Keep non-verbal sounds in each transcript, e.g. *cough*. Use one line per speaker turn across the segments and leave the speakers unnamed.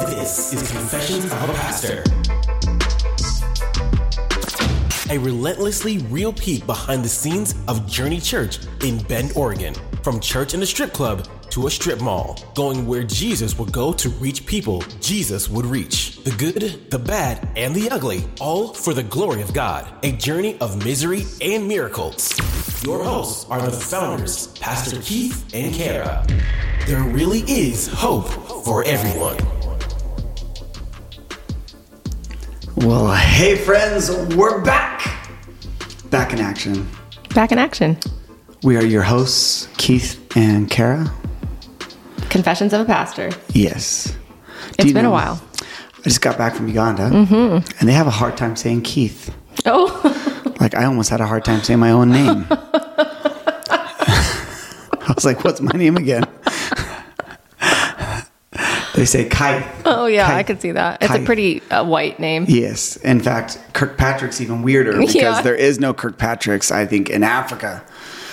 This is Confessions of a Pastor. A relentlessly real peek behind the scenes of Journey Church in Bend, Oregon. From church in a strip club to a strip mall, going where Jesus would go to reach people Jesus would reach. The good, the bad, and the ugly, all for the glory of God. A journey of misery and miracles. Your hosts are the founders, Pastor Keith and Kara. There really is hope for everyone.
Well, hey friends, we're back. Back in action.
Back in action.
We are your hosts, Keith and Kara.
Confessions of a Pastor.
Yes.
It's
Do you
been a
know-
while.
I just got back from Uganda, mm-hmm. and they have a hard time saying Keith.
*laughs* Oh,
Like I almost had a hard time saying my own
*laughs*
name. *laughs* I was like, "What's my name again?" *laughs* they say Kite.
oh yeah,
Kite.
I could see that. It's
Kite.
a pretty uh, white name.
Yes. In fact, Kirkpatrick's even weirder because
*laughs* Yeah.
there is no Kirkpatrick's, I think, in Africa.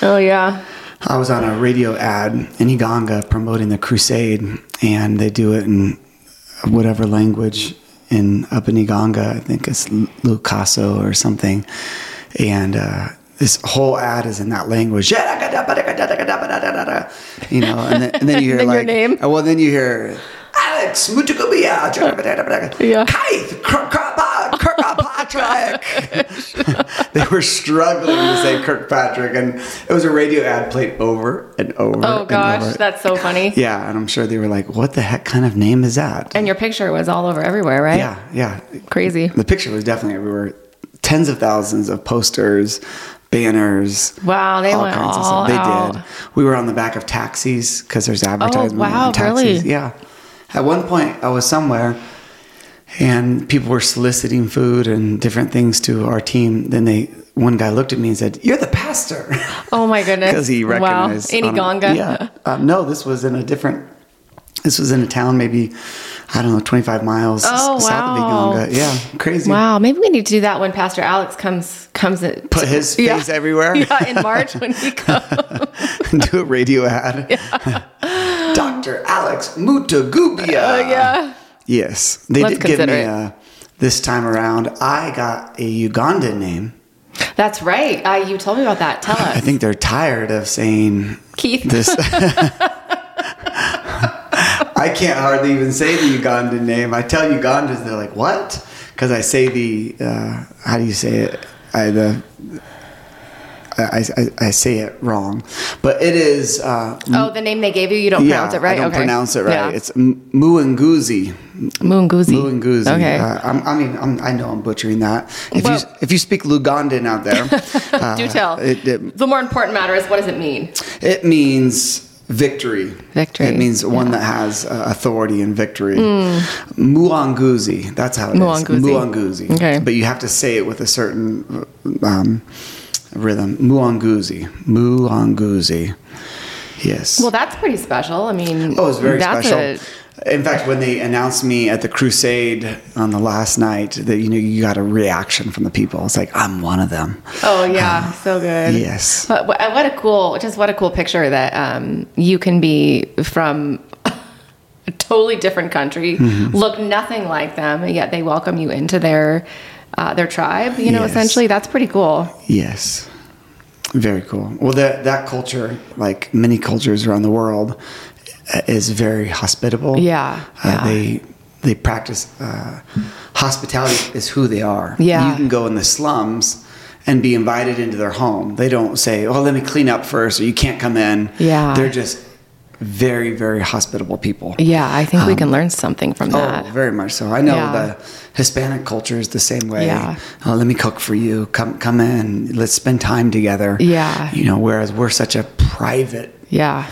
Oh yeah.
I was on a radio ad in Iganga promoting the crusade, and they do it in whatever language in up in Iganga. I think it's Lu- Lucaso or something. And uh, this whole ad is in that language. You know, and then, and then
*laughs*
you hear
Then your
like,
name.
well, then you hear Alex
*laughs*
Mutukubia, Kaith Kirkapa- Kirkpatrick. they were struggling to say Kirkpatrick, and it was a radio ad played over and over.
Oh
and
gosh,
over.
that's so funny.
yeah, and I'm sure they were like, "What the heck kind of name is that?"
And your picture was all over everywhere, right?
yeah, yeah,
Crazy.
the picture was definitely everywhere. Tens of thousands of posters, banners.
Wow, they went all
They
out. Oh,
did. We were on the back of taxis because there's advertisement
wow,
on taxis.
really?
Yeah. At one point, I was somewhere, and people were soliciting food and different things to our team. Then they, one guy looked at me and said, "You're the pastor," *laughs*
Oh my goodness.
because he recognized.
Wow.
on a-
Inigonga.
Yeah. Um, no, this was in a different. This was in a town maybe, I don't know, 25 miles
Oh,
s- south
wow.
of Iganga. Yeah, crazy.
*laughs* Wow, maybe we need to do that when Pastor Alex comes comes in.
Put his
Yeah.
face everywhere. *laughs*
*laughs* Yeah, in March when he comes. *laughs*
do a radio ad. *laughs* Dr. Alex Mutagubia.
Uh, yeah.
Yes. They
Let's
did give
consider
me
it.
a, this time around, I got a Ugandan name.
That's right. Uh, you told me about that. Tell us.
I *laughs* think they're tired of saying
Keith. *laughs*
this. I can't hardly even say the Ugandan name. I tell Ugandans, they're like, what? Because I say the, uh, how do you say it? I, the, I, I, I say it wrong, but it is uh,
oh, the name they gave you, you don't pronounce it right.
I don't
okay.
pronounce it right.
Yeah.
It's M- Muunguzi.
Muunguzi.
Muunguzi.
Okay.
Uh, I'm, I mean, I'm, I know I'm butchering that. If
Well-
you if you speak Lugandan out there, uh,
*laughs* Do tell.
It, it,
the more important matter is what does it mean?
it means victory.
Victory,
It means one that has uh, authority and victory. Muunguzi. That's how it is.
Muunguzi.
Muunguzi.
Hmm. Okay.
But you have to say it with a certain um, rhythm. Muunguzi. Muunguzi. Yes.
Well, that's pretty special. I mean,
Oh, it was very
that's
special.
a-
in fact, when they announced me at the crusade on the last night, that you know you got a reaction from the people. It's like I'm one of them.
oh
Um,
yeah, so good.
Yes.
But wh- what a cool, just what a cool picture that um, you can be from a totally different country,
Mm-hmm.
look nothing like them, and yet they welcome you into their uh, their tribe. You know,
Yes.
essentially, that's pretty cool.
Yes. Very cool. Well, that that culture, like many cultures around the world, uh, is very hospitable.
Yeah,
Uh,
yeah.
They they practice uh, hospitality is who they are.
Yeah.
You can go in the slums and be invited into their home. They don't say, "Oh, let me clean up first, or "You can't come in."
Yeah.
They're just very very hospitable people.
Yeah, I think we can learn something from that.
Um, Oh, very much so. I know
Yeah.
the Hispanic culture is the same way.
Yeah.
Oh, let me cook for you. Come, come in. Let's spend time together.
Yeah.
You know, whereas we're such a private,
yeah.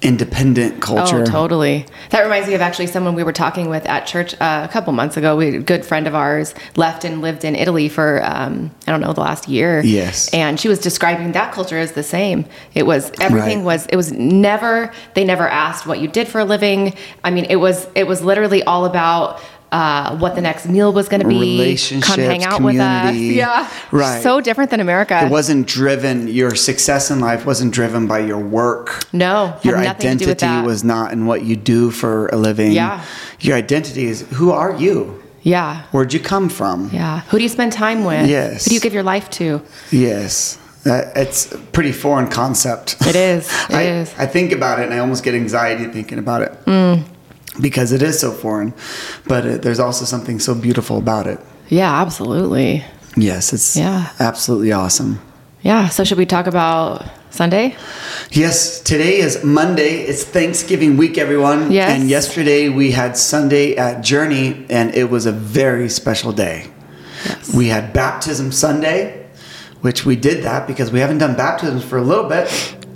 independent culture.
Oh, totally. That reminds me of actually someone we were talking with at church uh, a couple months ago. We, a good friend of ours left and lived in Italy for, um, I don't know, the last year.
Yes.
And she was describing that culture as the same. It was, everything
Right.
was, it was never, they never asked what you did for a living. I mean, it was, it was literally all about, uh, what the next meal was going to be. Come hang
Relationships,
out with us.
community.
Yeah.
Right.
So different than America.
It wasn't driven. Your success in life wasn't driven by your work.
No. had
Your
nothing to do with
identity
that.
was not in what you do for a living.
Yeah.
Your identity is who are you?
Yeah.
Where'd you come from?
Yeah. Who do you spend time with?
Yes.
Who do you give your life to?
Yes. That, it's a pretty foreign concept. *laughs*
It is. It is. Mm.
I, I think about it and I almost get anxiety thinking about it because it is so foreign, but it, there's also something so beautiful about it.
Yeah, absolutely.
Yes, it's
Yeah.
absolutely awesome.
Yeah. So should we talk about Sunday?
Yes, today is Monday. It's Thanksgiving week, everyone.
Yes.
And yesterday we had Sunday at Journey, and it was a very special day. We had Baptism Sunday, which we did that because we haven't done baptisms for a little bit.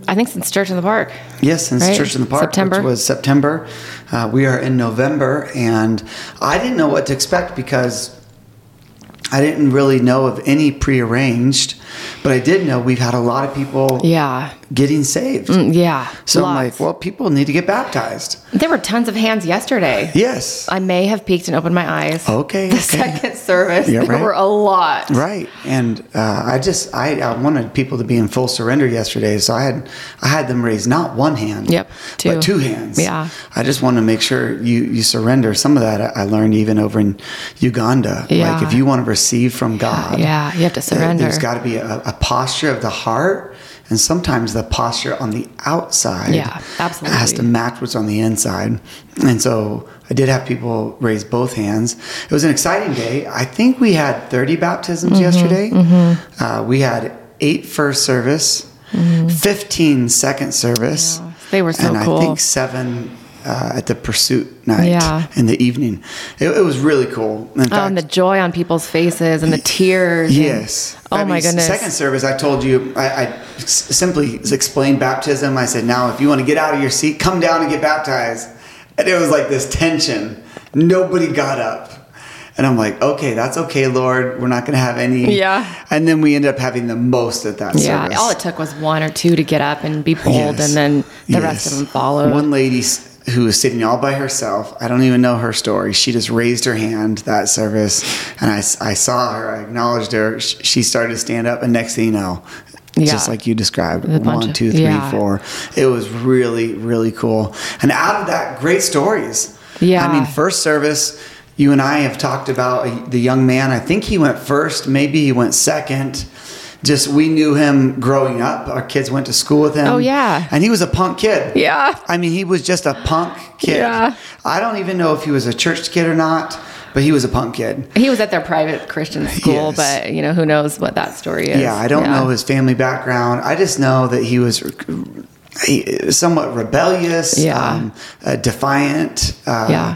I think since Church in the Park.
Yes, since
Right?
Church in the Park,
September.
which was September. Uh, we are in November, and I didn't know what to expect because I didn't really know of any prearranged, but I did know we've had a lot of people
Yeah. Mm,
getting saved.
Yeah.
So I'm
Lots.
like, well, people need to get baptized.
there were tons of hands yesterday.
Yes.
I may have peeked and opened my eyes.
Oh, Okay.
*laughs* The
okay.
second service,
Yeah,
*laughs* there
right.
were a lot.
Right, and uh, I just I, I wanted people to be in full surrender yesterday, so I had I had them raise not one hand,
Yep, two.
but two hands.
Yeah.
I just want to make sure you you surrender. Some of that I, I learned even over in Uganda.
Yeah.
Like if you want to receive from God,
Yeah, you have to
there-
surrender.
There's got to be a, a posture of the heart, and sometimes the posture on the outside,
Yeah, absolutely.
has to match what's on the inside. And so I did have people raise both hands. It was an exciting day. I think we had 30 baptisms
Mm-hmm,
yesterday. Uh, we had eight first service, 15 second service.
Mm-hmm. Yeah, they were so
and
cool.
I think seven uh, at the pursuit night
Yeah.
in the evening. It, it was really cool. In fact,
Oh, and the joy on people's faces and the tears. and-
Yes.
oh
I
my
mean,
goodness.
Second service, I told you, I, I s- simply explained baptism. I said, now if you want to get out of your seat, come down and get baptized. And it was like this tension. Nobody got up. And I'm like, okay, that's okay, Lord. We're not going to have any.
Yeah.
And then we ended up having the most at that
yeah.
service.
All it took was one or two to get up and be bold,
Yes.
and then the rest
Yes.
of them followed.
One lady s- who was sitting all by herself, I don't even know her story. She just raised her hand that service, and I, s- I saw her, I acknowledged her. Sh- She started to stand up, and next thing you know,
Yeah.
just like you described,
A bunch
one,
of-
two, three, four.
yeah.
It was really, really cool. And out of that, great stories.
Yeah.
I mean, first service, you and I have talked about a- the young man. I think he went first, maybe he went second. Just we knew him growing up. Our kids went to school with him.
Oh, yeah.
And he was a punk kid.
Yeah.
I mean, he was just a punk kid.
Yeah.
I don't even know if he was a church kid or not, but he was a punk kid.
He was at their private Christian school,
Yes.
but you know who knows what that story is.
Yeah, I don't know his family background. I just know that he was he- somewhat rebellious,
Yeah.
uh, defiant, uh,
Yeah.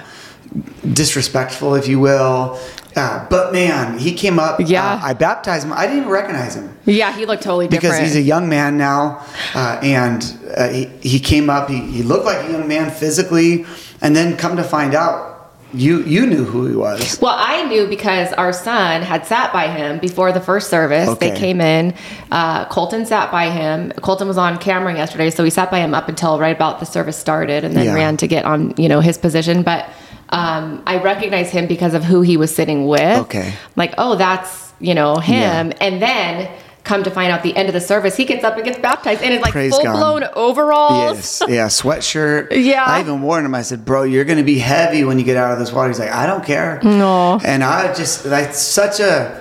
disrespectful, if you will. Uh, but man, he came up.
Yeah.
uh, I baptized him. I didn't even recognize him.
Yeah, he looked totally different.
because he's a young man now, uh, and uh, he, he came up. He, he looked like a young man physically, and then come to find out, you you knew who he was.
Well, I knew because our son had sat by him before the first service. They
Okay.
came in. Uh, Colton sat by him. Colton was on camera yesterday, so he sat by him up until right about the service started, and then
Yeah.
ran to get on, you know, his position. But um, I recognized him because of who he was sitting with.
Okay.
like oh, that's you know him, and then. Come to find out, the end of the service, he gets up and gets baptized, and is like
Praise
full
God.
blown overalls.
Yes, yeah, sweatshirt.
Yeah.
I even warned him. I said, "Bro, you're going to be heavy when you get out of this water." He's like, "I don't care."
No.
and I just that's such a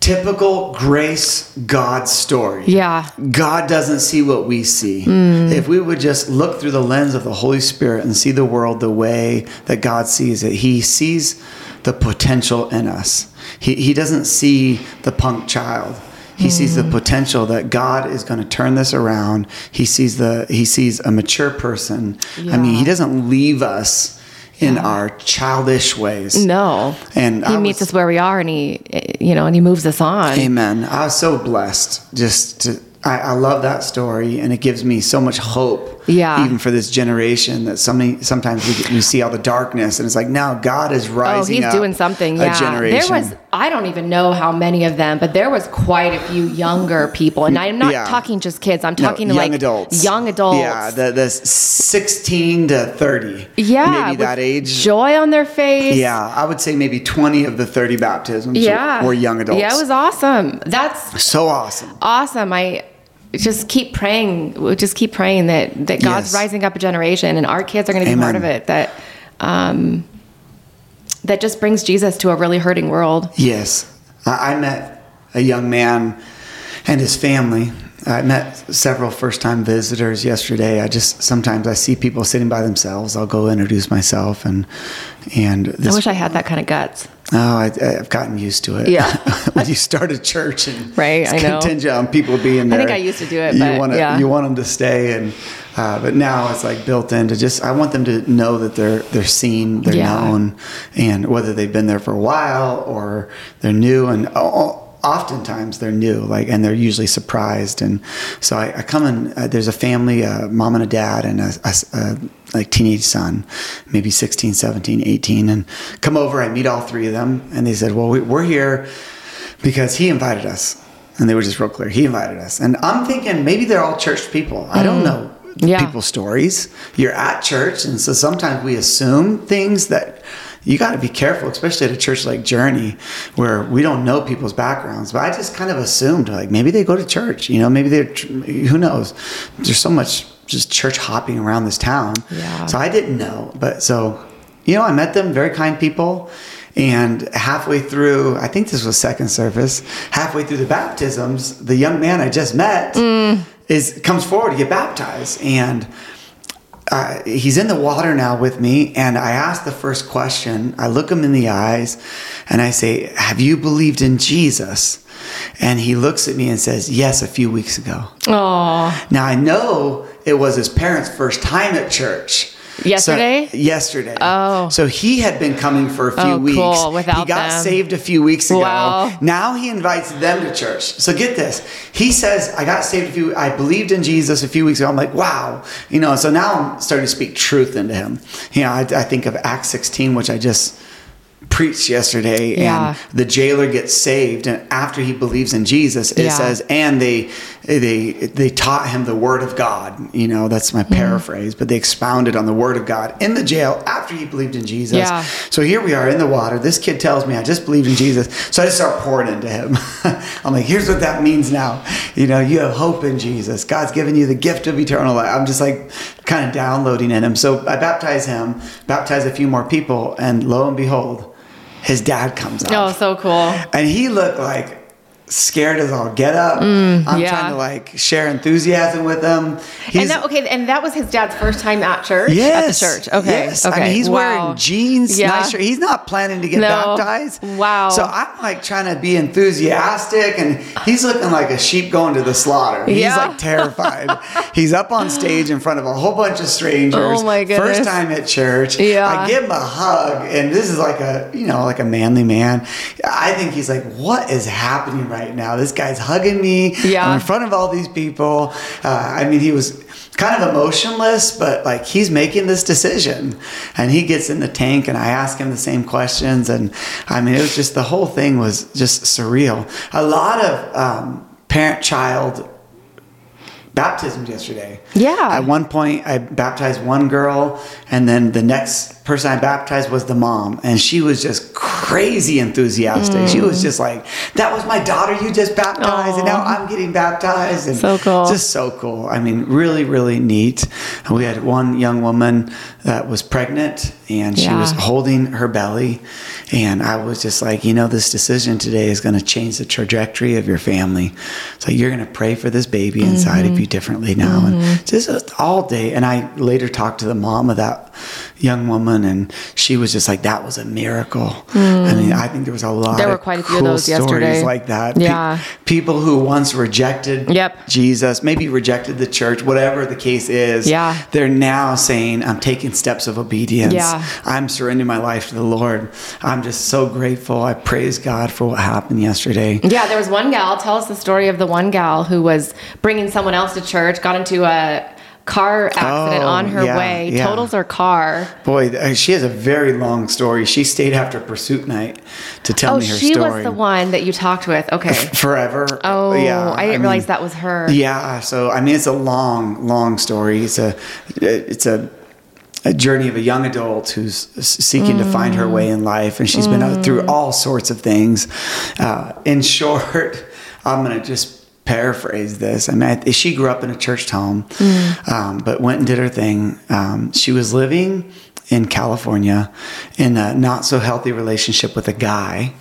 typical grace God story.
Yeah.
God doesn't see what we see. If we would just look through the lens of the Holy Spirit and see the world the way that God sees it, He sees the potential in us. He, he doesn't see the punk child. He sees the potential that God is going to turn this around. He sees the he sees a mature person. I mean,
Yeah.
he doesn't leave us in our childish ways.
No.
And
he
I
meets
was-
us where we are and he, eh, you know, and he moves us on.
Amen. I was so blessed. Just to, I, I love that story, and it gives me so much hope
Yeah.
even for this generation that so many sometimes we, get- you see all the darkness and it's like now god is
Oh,
rising
he's
up
doing something.
a
Yeah,
generation.
there was. I don't even know how many of them, but there was quite a few younger people, and I'm not
Yeah.
talking just kids. I'm
No,
talking
young
like
adults
young adults.
yeah the, the 16 to 30
yeah,
maybe
with
that age
joy on their face.
yeah i would say maybe 20 of the 30 baptisms
yeah,
were young adults
Yeah, it was awesome. That's
so awesome
awesome. I just keep praying. Just keep praying that that God's
Yes.
rising up a generation, and our kids are going to be
Amen.
part of it. That um, that just brings Jesus to a really hurting world.
Yes. I, I met a young man and his family. I met several first time visitors yesterday. I just sometimes I see people sitting by themselves. I'll go introduce myself and and
I
this
wish I had that kind of guts.
oh I, I've gotten used to it.
Yeah.
*laughs* when you start a church and
*laughs* Right,
it's
I know.
contingent on people being
I
there.
think I used to do it,
You
but
want to
yeah.
you want them to stay and uh, but now it's like built into just I want them to know that they're they're seen, they're
Yeah.
known and whether they've been there for a while or they're new and o- oftentimes they're new like and they're usually surprised and so i, I come in uh, there's a family a mom and a dad and a, a s- a, like teenage son maybe 16 17 18 and come over i meet all three of them and they said well we, we're here because he invited us and they were just real clear he invited us and i'm thinking maybe they're all church people i don't know
Yeah.
people's stories you're at church and so sometimes we assume things that you got to be careful especially at a church like journey where we don't know people's backgrounds but i just kind of assumed like maybe they go to church you know maybe they're who knows there's so much just church hopping around this town
Yeah.
so I didn't know, but so you know, I met them, very kind people. And halfway through, I think this was second service. Halfway through the baptisms, the young man I just met is comes forward to get baptized, and uh, he's in the water now with me. And I ask the first question. I look him in the eyes, and I say, "Have you believed in Jesus?" And he looks at me and says, "Yes, a few weeks ago."
Oh,
Now I know it was his parents' first time at church.
Yesterday?
So- yesterday.
Oh.
So he had been coming for a few
Oh,
weeks.
cool, without
he got
them.
saved a few weeks ago.
Wow.
Now he invites them to church. So get this. He says, I got saved a few I believed in Jesus a few weeks ago. I'm like, wow. You know, so now I'm starting to speak truth into him. You know, I, I think of Acts 16, which I just preached yesterday
Yeah.
and the jailer gets saved and after he believes in jesus it
Yeah.
says and they they they taught him the word of god you know that's
Mm-hmm.
my paraphrase but they expounded on the word of god in the jail after he believed in jesus
Yeah.
so here we are in the water this kid tells me i just believed in jesus so i just start pouring into him *laughs* i'm like here's what that means now you know you have hope in jesus god's given you the gift of eternal life i'm just like kind of downloading in him so i baptize him baptize a few more people and lo and behold his dad comes up
oh, so cool.
and he looked like scared as all get up. I'm
Mm, yeah.
trying to like share enthusiasm with him. He's,
and that okay, and that was his dad's first time at church.
Yes.
at the church. Okay,
Yes.
okay.
I mean, he's
Wow.
wearing jeans.
Yeah.
Nice shirt. He's not planning to get
No.
baptized.
Wow.
So I'm like trying to be enthusiastic, and he's looking like a sheep going to the slaughter. He's
Yeah.
like
*laughs*
terrified. he's up on stage in front of a whole bunch of strangers.
Oh, my goodness.
First time at church.
Yeah.
I give him a hug, and this is like a you know like a manly man. I think he's like, what is happening right now? This guy's hugging me.
Yeah.
I'm in front of all these people. Uh, I mean, he was kind of emotionless, but like he's making this decision. And he gets in the tank, and I ask him the same questions. And I mean, it was just the whole thing was just surreal. A lot of um, parent child baptisms yesterday.
Yeah.
At one point, I baptized one girl, and then the next person I baptized was the mom, and she was just crazy enthusiastic. She
Mm.
was just like, "That was my daughter you just baptized, and now I'm getting baptized." And
So cool.
Just so cool. I mean, really, really neat. And we had one young woman that was pregnant, and she was
Yeah.
holding her belly, and I was just like, you know, this decision today is going to change the trajectory of your family. So you're going to pray for this baby inside
Mm-hmm.
of you differently now, and just uh, all day. And I later talked to the mom of that young woman, and she was just like, that was a miracle. I mean, I think there was a lot.
Mm. There were
of
quite a few of
cool
those
stories
yesterday.
like that. Pe-
Yeah.
people who once rejected
Yep.
Jesus, maybe rejected the church, whatever the case is,
Yeah.
they're now saying, I'm taking steps of obedience.
Yeah.
I'm surrendering my life to the Lord. I'm just so grateful. I praise God for what happened yesterday.
Yeah, there was one gal. Tell us the story of the one gal who was bringing someone else to church, got into a car accident
Oh,
on her
yeah,
way,
yeah.
totals her car.
Boy, th- she has a very long story. She stayed after pursuit night to tell
Oh,
me her
she
story.
was the one that you talked with.
*laughs*
Okay.
Forever.
Oh,
yeah.
I didn't realize
mean-
that was her.
Yeah, so I mean, it's a long, long story. It's a, it's a, a journey of a young adult who's s- seeking to find her way in life, and she's been out through all sorts of things. Uh, in short, *laughs* I'm gonna just paraphrase this. I mean, I, she grew up in a church home, um, but went and did her thing. Um, she was living in California in a not so healthy relationship with a guy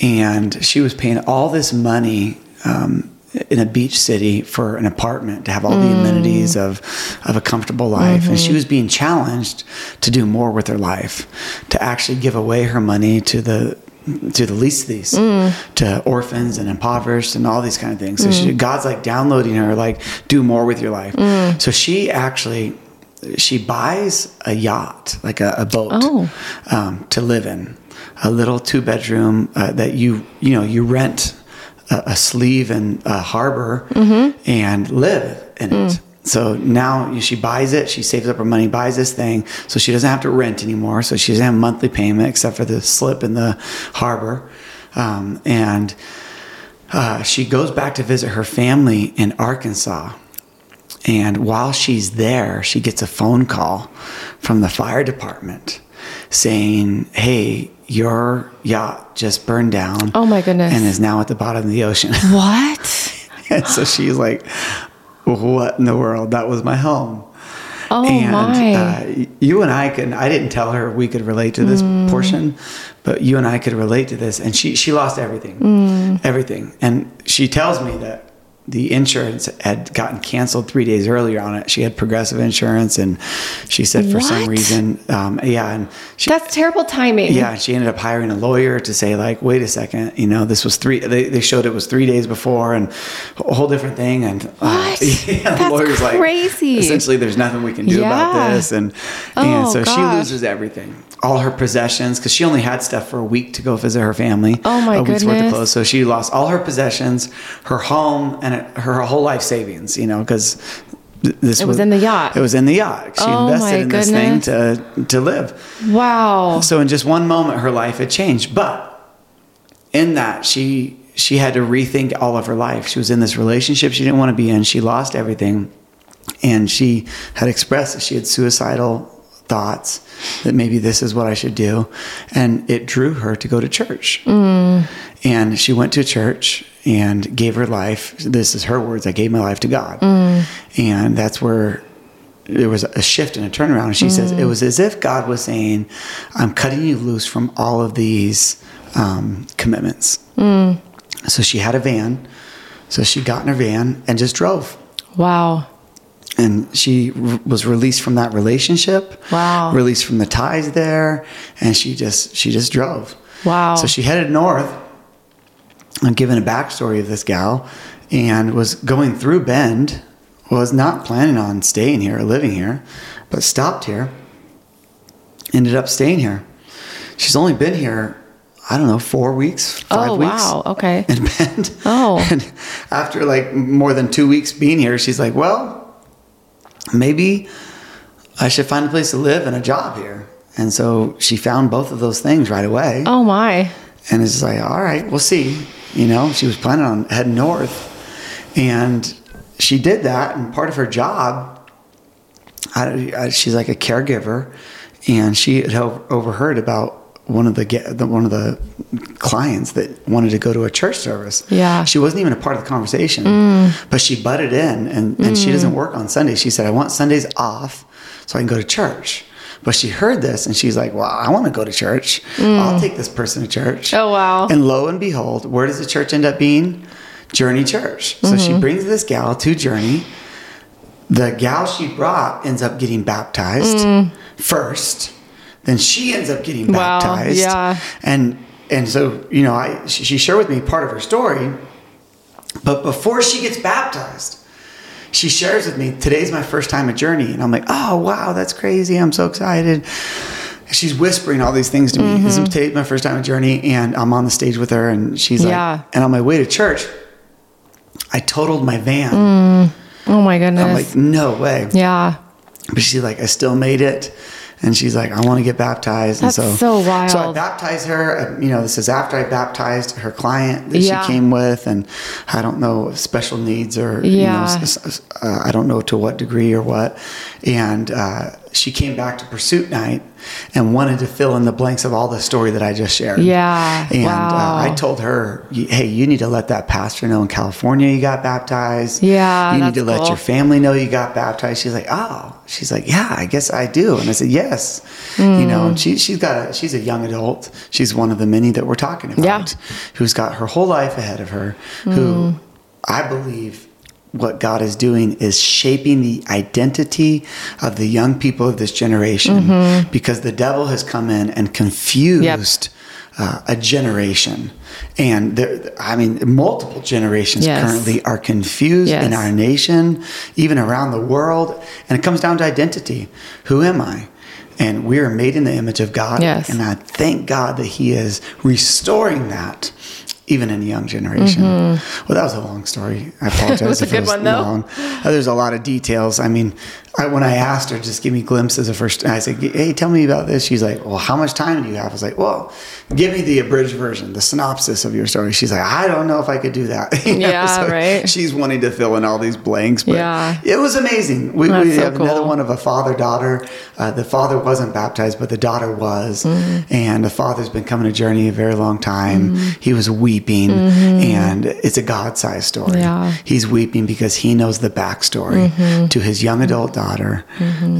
and she was paying all this money um, in a beach city for an apartment to have all the amenities of of a comfortable life, and she was being challenged to do more with her life, to actually give away her money to the to the least of these to orphans and impoverished and all these kind of things so she, god's like downloading her like do more with your life so she actually she buys a yacht like a, a boat
Oh.
um, to live in a little two bedroom uh, that you you know you rent a, a sleeve in a harbor and live in it so now she buys it she saves up her money buys this thing so she doesn't have to rent anymore so she doesn't have a monthly payment except for the slip in the harbor um, and uh, she goes back to visit her family in arkansas and while she's there, she gets a phone call from the fire department saying, Hey, your yacht just burned down.
Oh, my goodness.
And is now at the bottom of the ocean. *laughs*
What?
and *laughs* so she's like, What in the world? That was my home.
Oh
and
my. Mm.
Uh, y- you and I can. I didn't tell her we could relate to this portion, but you and I could relate to this. And she she lost everything,
Mm.
everything. And she tells me that the insurance had gotten canceled three days earlier on it. She had progressive insurance, and she said for some
What?
reason, um, yeah, and she
That's terrible timing.
yeah, and she ended up hiring a lawyer to say like, wait a second, you know, this was three. They, they showed it was three days before, and a whole different thing. And uh, *laughs*
What?
yeah, the
That's
lawyer's like,
crazy.
essentially, there's nothing we can do about
Yeah.
this, and and
Oh,
so
gosh.
she loses everything, all her possessions, because she only had stuff for a week to go visit her family.
Oh, my
a week's worth of
goodness.
clothes. So she lost all her possessions, her home, and her whole life savings. You know, because. This
It was in the yacht.
It was in the yacht. She
Oh, my
invested in this thing to to live.
Wow.
So in just one moment, her life had changed. But in that, she she had to rethink all of her life. She was in this relationship she didn't want to be in. She lost everything, and she had expressed that she had suicidal thoughts that maybe this is what I should do, and it drew her to go to church. And she went to church and gave her life. This is her words. I gave my life to God, and that's where there was a shift and a turnaround. And she says it was as if God was saying, "I'm cutting you loose from all of these um, commitments." So she had a van. So she got in her van and just drove
wow.
and she r- was released from that relationship.
Wow.
Released from the ties there, and she just she just drove.
Wow.
So she headed north. I'm given a backstory of this gal, and was going through Bend. Was not planning on staying here or living here, but stopped here. Ended up staying here. She's only been here, I don't know, four weeks, five
Oh,
weeks
wow. Okay.
*laughs* in Bend.
Oh.
And after like more than two weeks being here, she's like, well, maybe I should find a place to live and a job here. And so she found both of those things right away.
Oh my.
And it's like, all right, we'll see. You know, she was planning on heading north. And she did that. And part of her job, I, I, she's like a caregiver. And she had o- overheard about one of the, ge- the one of the clients that wanted to go to a church service.
Yeah.
She wasn't even a part of the conversation, but she butted in and, and she doesn't work on Sundays. She said, I want Sundays off so I can go to church. But she heard this and she's like, Well, I want to go to church. I'll take this person to church.
Oh, wow.
And lo and behold, where does the church end up being? Journey Church. So she
Mm-hmm.
brings this gal to Journey. The gal she brought ends up getting baptized first. Then she ends up getting
Mm. Wow,
baptized.
yeah.
And and so, you know, I she, she shared with me part of her story. But before she gets baptized, she shares with me, today's my first time at Journey. And I'm like, oh, wow, that's crazy. I'm so excited. She's whispering all these things to me. This is today's my first time at Journey. And I'm on the stage with her. And she's
Yeah.
like, and on my way to church, I totaled my van.
Oh my
I'm
goodness.
like, no way.
yeah.
But she's like, I still made it. And she's like, I want to get baptized.
That's
and
so
so,
wild.
So I baptized her. uh, You know, this is after I baptized her client that
Yeah.
she came with, and I don't know special needs or you know,
Yeah.
s- s- uh, I don't know to what degree or what. And uh, she came back to pursuit night and wanted to fill in the blanks of all the story that I just shared.
Yeah.
And
Wow.
uh, I told her, y- hey, you need to let that pastor know in California you got baptized.
Yeah,
You need
that's
to let
cool.
your family know you got baptized. She's like, oh, she's like, yeah, I guess I do. And I said, yes. You know, and she, she's got a, she's a young adult. She's one of the many that we're talking about
Yeah.
who's got her whole life ahead of her, who I believe what God is doing is shaping the identity of the young people of this generation
Mm-hmm.
because the devil has come in and confused uh, a generation. And there, I mean, multiple generations
Yes.
currently are confused in
Yes.
our nation, even around the world. And it comes down to identity. Who am I? And we are made in the image of God.
Yes.
And I thank God that He is restoring that, even in a young generation. Well, that was a long story.
*laughs*
I apologize.
was Mm-hmm. a
if
good one, though.
long. Uh, There's a lot of details. I mean, I, when I asked her, just give me glimpses of first. I said, "Hey, tell me about this." She's like, "Well, how much time do you have?" I was like, "Well, give me the abridged version, the synopsis of your story." She's like, "I don't know if I could do that." *laughs* You know,
Yeah, right.
She's wanting to fill in all these blanks, but
Yeah.
it was amazing. We,
That's
we
so
have another
cool.
one of a father daughter. Uh, the father wasn't baptized, but the daughter was.
Mm.
And the father's been coming a journey a very long time.
Mm-hmm.
He was weeping, and it's a God sized story.
Yeah. Mm-hmm.
He's weeping because he knows the backstory to his young adult daughter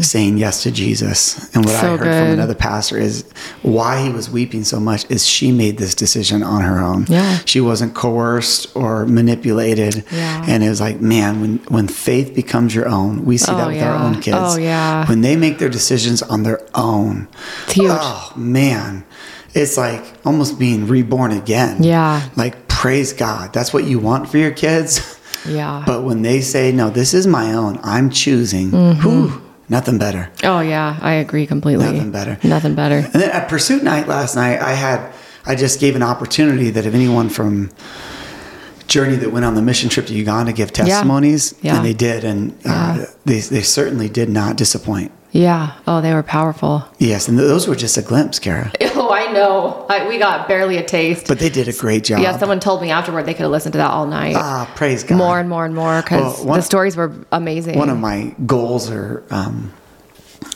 saying yes to Jesus. And what I
So
heard
good.
from another pastor is why he was weeping so much is she made this decision on her own.
Yeah.
She wasn't coerced or manipulated.
Yeah.
And it was like, man, when, when faith becomes your own, we see
Oh,
that with our
yeah.
own kids.
Oh, yeah.
When they make their decisions on their own.
It's huge.
Oh, man. It's like almost being reborn again.
Yeah.
Like, praise God. That's what you want for your kids. *laughs*
Yeah.
But when they say, no, this is my own, I'm choosing,
Mm-hmm.
whew, nothing better.
oh yeah, I agree completely.
Nothing better. *laughs*
Nothing better.
And then at Pursuit Night last night, I had, I just gave an opportunity that if anyone from Journey that went on the mission trip to Uganda give testimonies,
Yeah.
and they did, and
Yeah.
uh, they, they certainly did not disappoint.
Yeah. Oh, they were powerful.
Yes, and th- those were just a glimpse, Kara.
Oh, I know. I, we got barely a taste.
But uh, they did a great job.
yeah, someone told me afterward they could have listened to that all night.
ah, praise God.
more and more and more because
Well, one-
the stories were amazing.
one of my goals or um,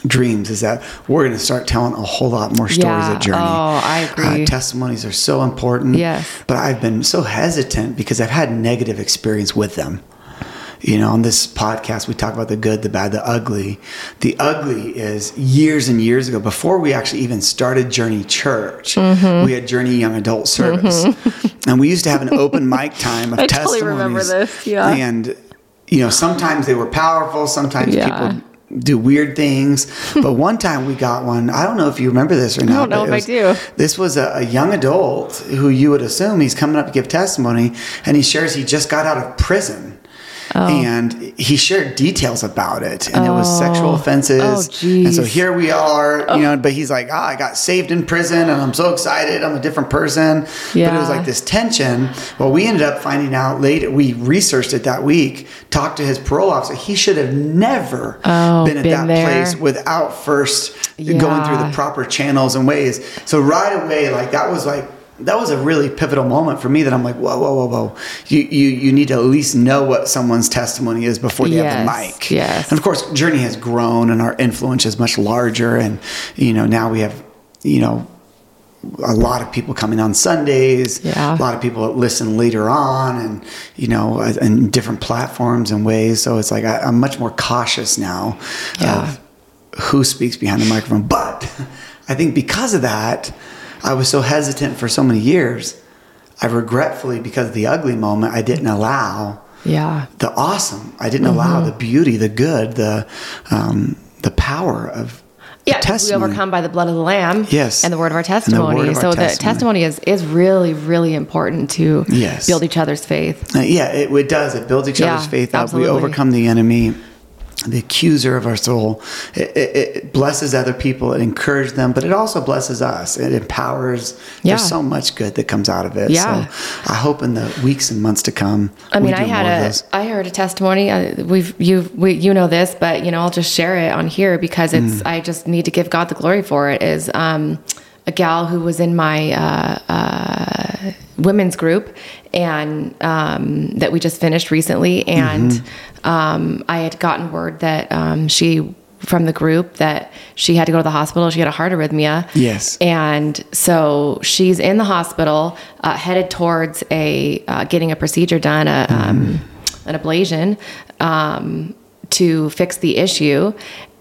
dreams is that we're going to start telling a whole lot more stories
Yeah.
at Journey. Uh,
Oh, I agree.
testimonies are so important.
Yes.
But I've been so hesitant because I've had negative experience with them. You know, on this podcast, we talk about the good, the bad, the ugly. The ugly is years and years ago, before we actually even started Journey Church,
Mm-hmm.
we had Journey Young Adult Service. and we used to have an open mic time of
*laughs* I
testimonies.
totally remember this, yeah.
And, you know, sometimes they were powerful, sometimes
Yeah.
people do weird
*laughs*
things. But one time we got one. I don't know if you remember this or not.
don't know
but it
if I
was- This was a, a young adult who you would assume he's coming up to give testimony, and he shares he just got out of prison.
Oh.
And he shared details about it, and it was sexual
Oh.
offenses.
Oh,
and so
geez.
here we are,
Oh.
you know. But he's like, "Ah, I got saved in prison, and I'm so excited. I'm a different person." But it was
Yeah.
like this tension. Well, we ended up finding out later. We researched it that week. Talked to his parole officer. He should have never
Oh,
been at
been
that
there.
place without first going through
Yeah.
the proper channels and ways. So right away, like that was like that was a really pivotal moment for me that I'm like, whoa, whoa, whoa, whoa. You you you need to at least know what someone's testimony is before they have
Yes,
the mic.
yes.
And of course, Journey has grown and our influence is much larger and you know, now we have, you know, a lot of people coming on Sundays.
Yeah.
A lot of people that listen later on, and you know, and different platforms and ways. So it's like I, I'm much more cautious now
Yeah.
of who speaks behind the microphone. But *laughs* I think because of that, I was so hesitant for so many years. I regretfully, because of the ugly moment, I didn't allow
yeah.
the awesome. I didn't allow
Mm-hmm.
the beauty, the good, the um, the power of the
Yeah, 'cause we
testimony.
overcome by the blood of the Lamb.
Yes.
And the word of our
And the word
testimony.
of our
so the
testimony.
testimony is, is really, really important to
Yes.
build each other's faith.
Uh, Yeah, it, it does. It builds each
Yeah,
other's faith up.
absolutely.
We overcome the enemy. the accuser of our soul. It, it, it blesses other people, it encourages them, but it also blesses us. It empowers.
Yeah.
There's so much good that comes out of it.
Yeah.
So I hope in the weeks and months to come,
I mean,
we do
I had
more of
a,
those.
I heard a testimony. Uh, we've, you, we, you know this, but you know, I'll just share it on here because
Mm.
it's. I just need to give God the glory for it. Is um, a gal who was in my uh, uh, women's group, and um, that we just finished recently, and um, I had gotten word that um, she from the group that she had to go to the hospital. She had a heart arrhythmia.
Yes.
And so she's in the hospital, uh, headed towards a uh, getting a procedure done, a, um, an ablation, um, to fix the issue.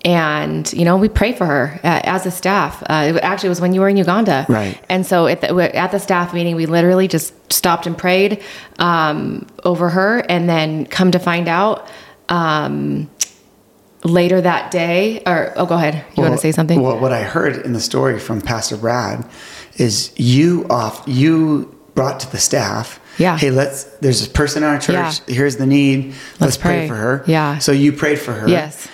And you know, we pray for her uh, as a staff. Uh, it actually was when you were in Uganda,
Right.
and so at the, at the staff meeting, we literally just stopped and prayed um, over her, and then come to find out. Um, Later that day, or oh, go ahead. You want to
Well,
say something?
Well, what I heard in the story from Pastor Brad is you off you brought to the staff.
Yeah.
Hey, let's. There's this person in our church.
Yeah.
Here's the need. Let's, pray.
pray.
for her.
Yeah.
So you prayed for her.
yes.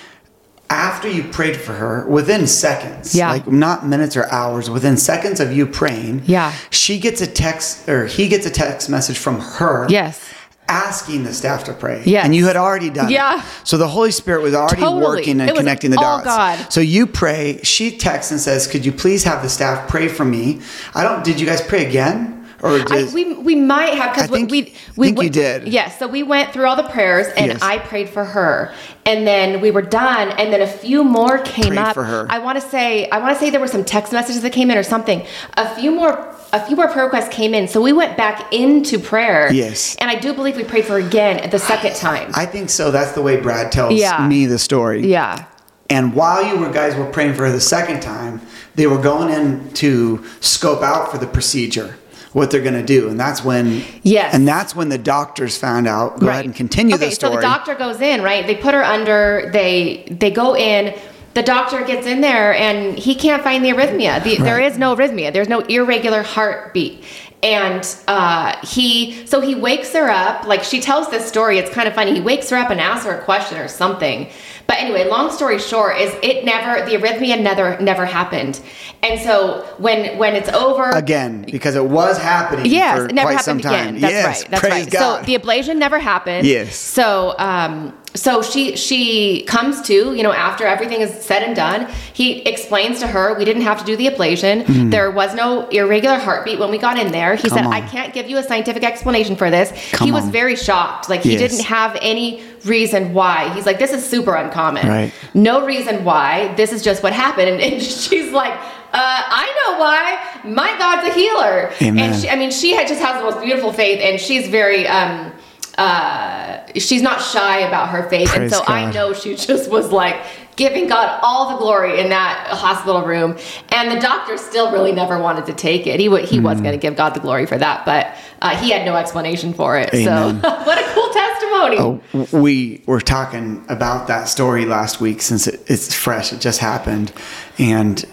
After you prayed for her, within seconds,
Yeah.
like not minutes or hours, within seconds of you praying,
Yeah.
she gets a text or he gets a text message from her.
Yes.
Asking the staff to pray.
Yes.
And you had already done it.
Yeah.
So the Holy Spirit was already
Totally.
working and
It was
connecting the
all
dots.
God.
So you pray. She texts and says, "Could you please have the staff pray for me?" I don't. Did you guys pray again? Or did,
I, we, we might have
I
because we
think-
we, we
think you
went-
did.
Yes, so we went through all the prayers and
Yes.
I prayed for her, and then we were done, and then a few more came
Prayed
up.
for her.
I want to say I want to say there were some text messages that came in or something. A few more a few more prayer requests came in, so we went back into prayer.
Yes.
and I do believe we prayed for her again at the second time.
I think so. That's the way Brad tells
Yeah.
me the story.
yeah,
And while you were guys were praying for her the second time, they were going in to scope out for the procedure, what they're going to do, and that's when
Yes.
and that's when the doctors found out. Go ahead and continue
okay,
the story.
So the doctor goes in, right? They put her under. They they go in. The doctor gets in there and he can't find the arrhythmia. The, There
Right.
is no arrhythmia. There's no irregular heartbeat. And uh, he so he wakes her up. Like she tells this story. It's kind of funny. He wakes her up and asks her a question or something. But anyway, long story short is it never the arrhythmia never never happened. And so when when it's over
Again, because it was happening.
Uh, Yes,
for
it never
quite some
happened
time.
again. That's
Yes,
right. That's
praise
right.
God.
So the ablation never happened.
Yes.
So um so she she comes to, you know, after everything is said and done, he explains to her we didn't have to do the ablation. There was no irregular heartbeat when we got in there. He said,
Mm. on.
I can't give you a scientific explanation for this. he
Come
was
on.
very shocked. Like he
Yes.
didn't have any reason why. He's like, This is super uncommon.
Right.
No reason why. This is just what happened. *laughs* And, and she's like, uh, I know why. My God's a healer.
Amen.
And she, I mean, she had, just has the most beautiful faith, and she's very, um, uh, she's not shy about her faith. and
Praise
so I
God.
know she just was like giving God all the glory in that hospital room. And the doctor still really never wanted to take it. He wa he
Hmm.
was going to give God the glory for that, but uh, he had no explanation for it.
Amen.
So *laughs* what a cool testimony.
Oh, we were talking about that story last week since it, it's fresh, it just happened, and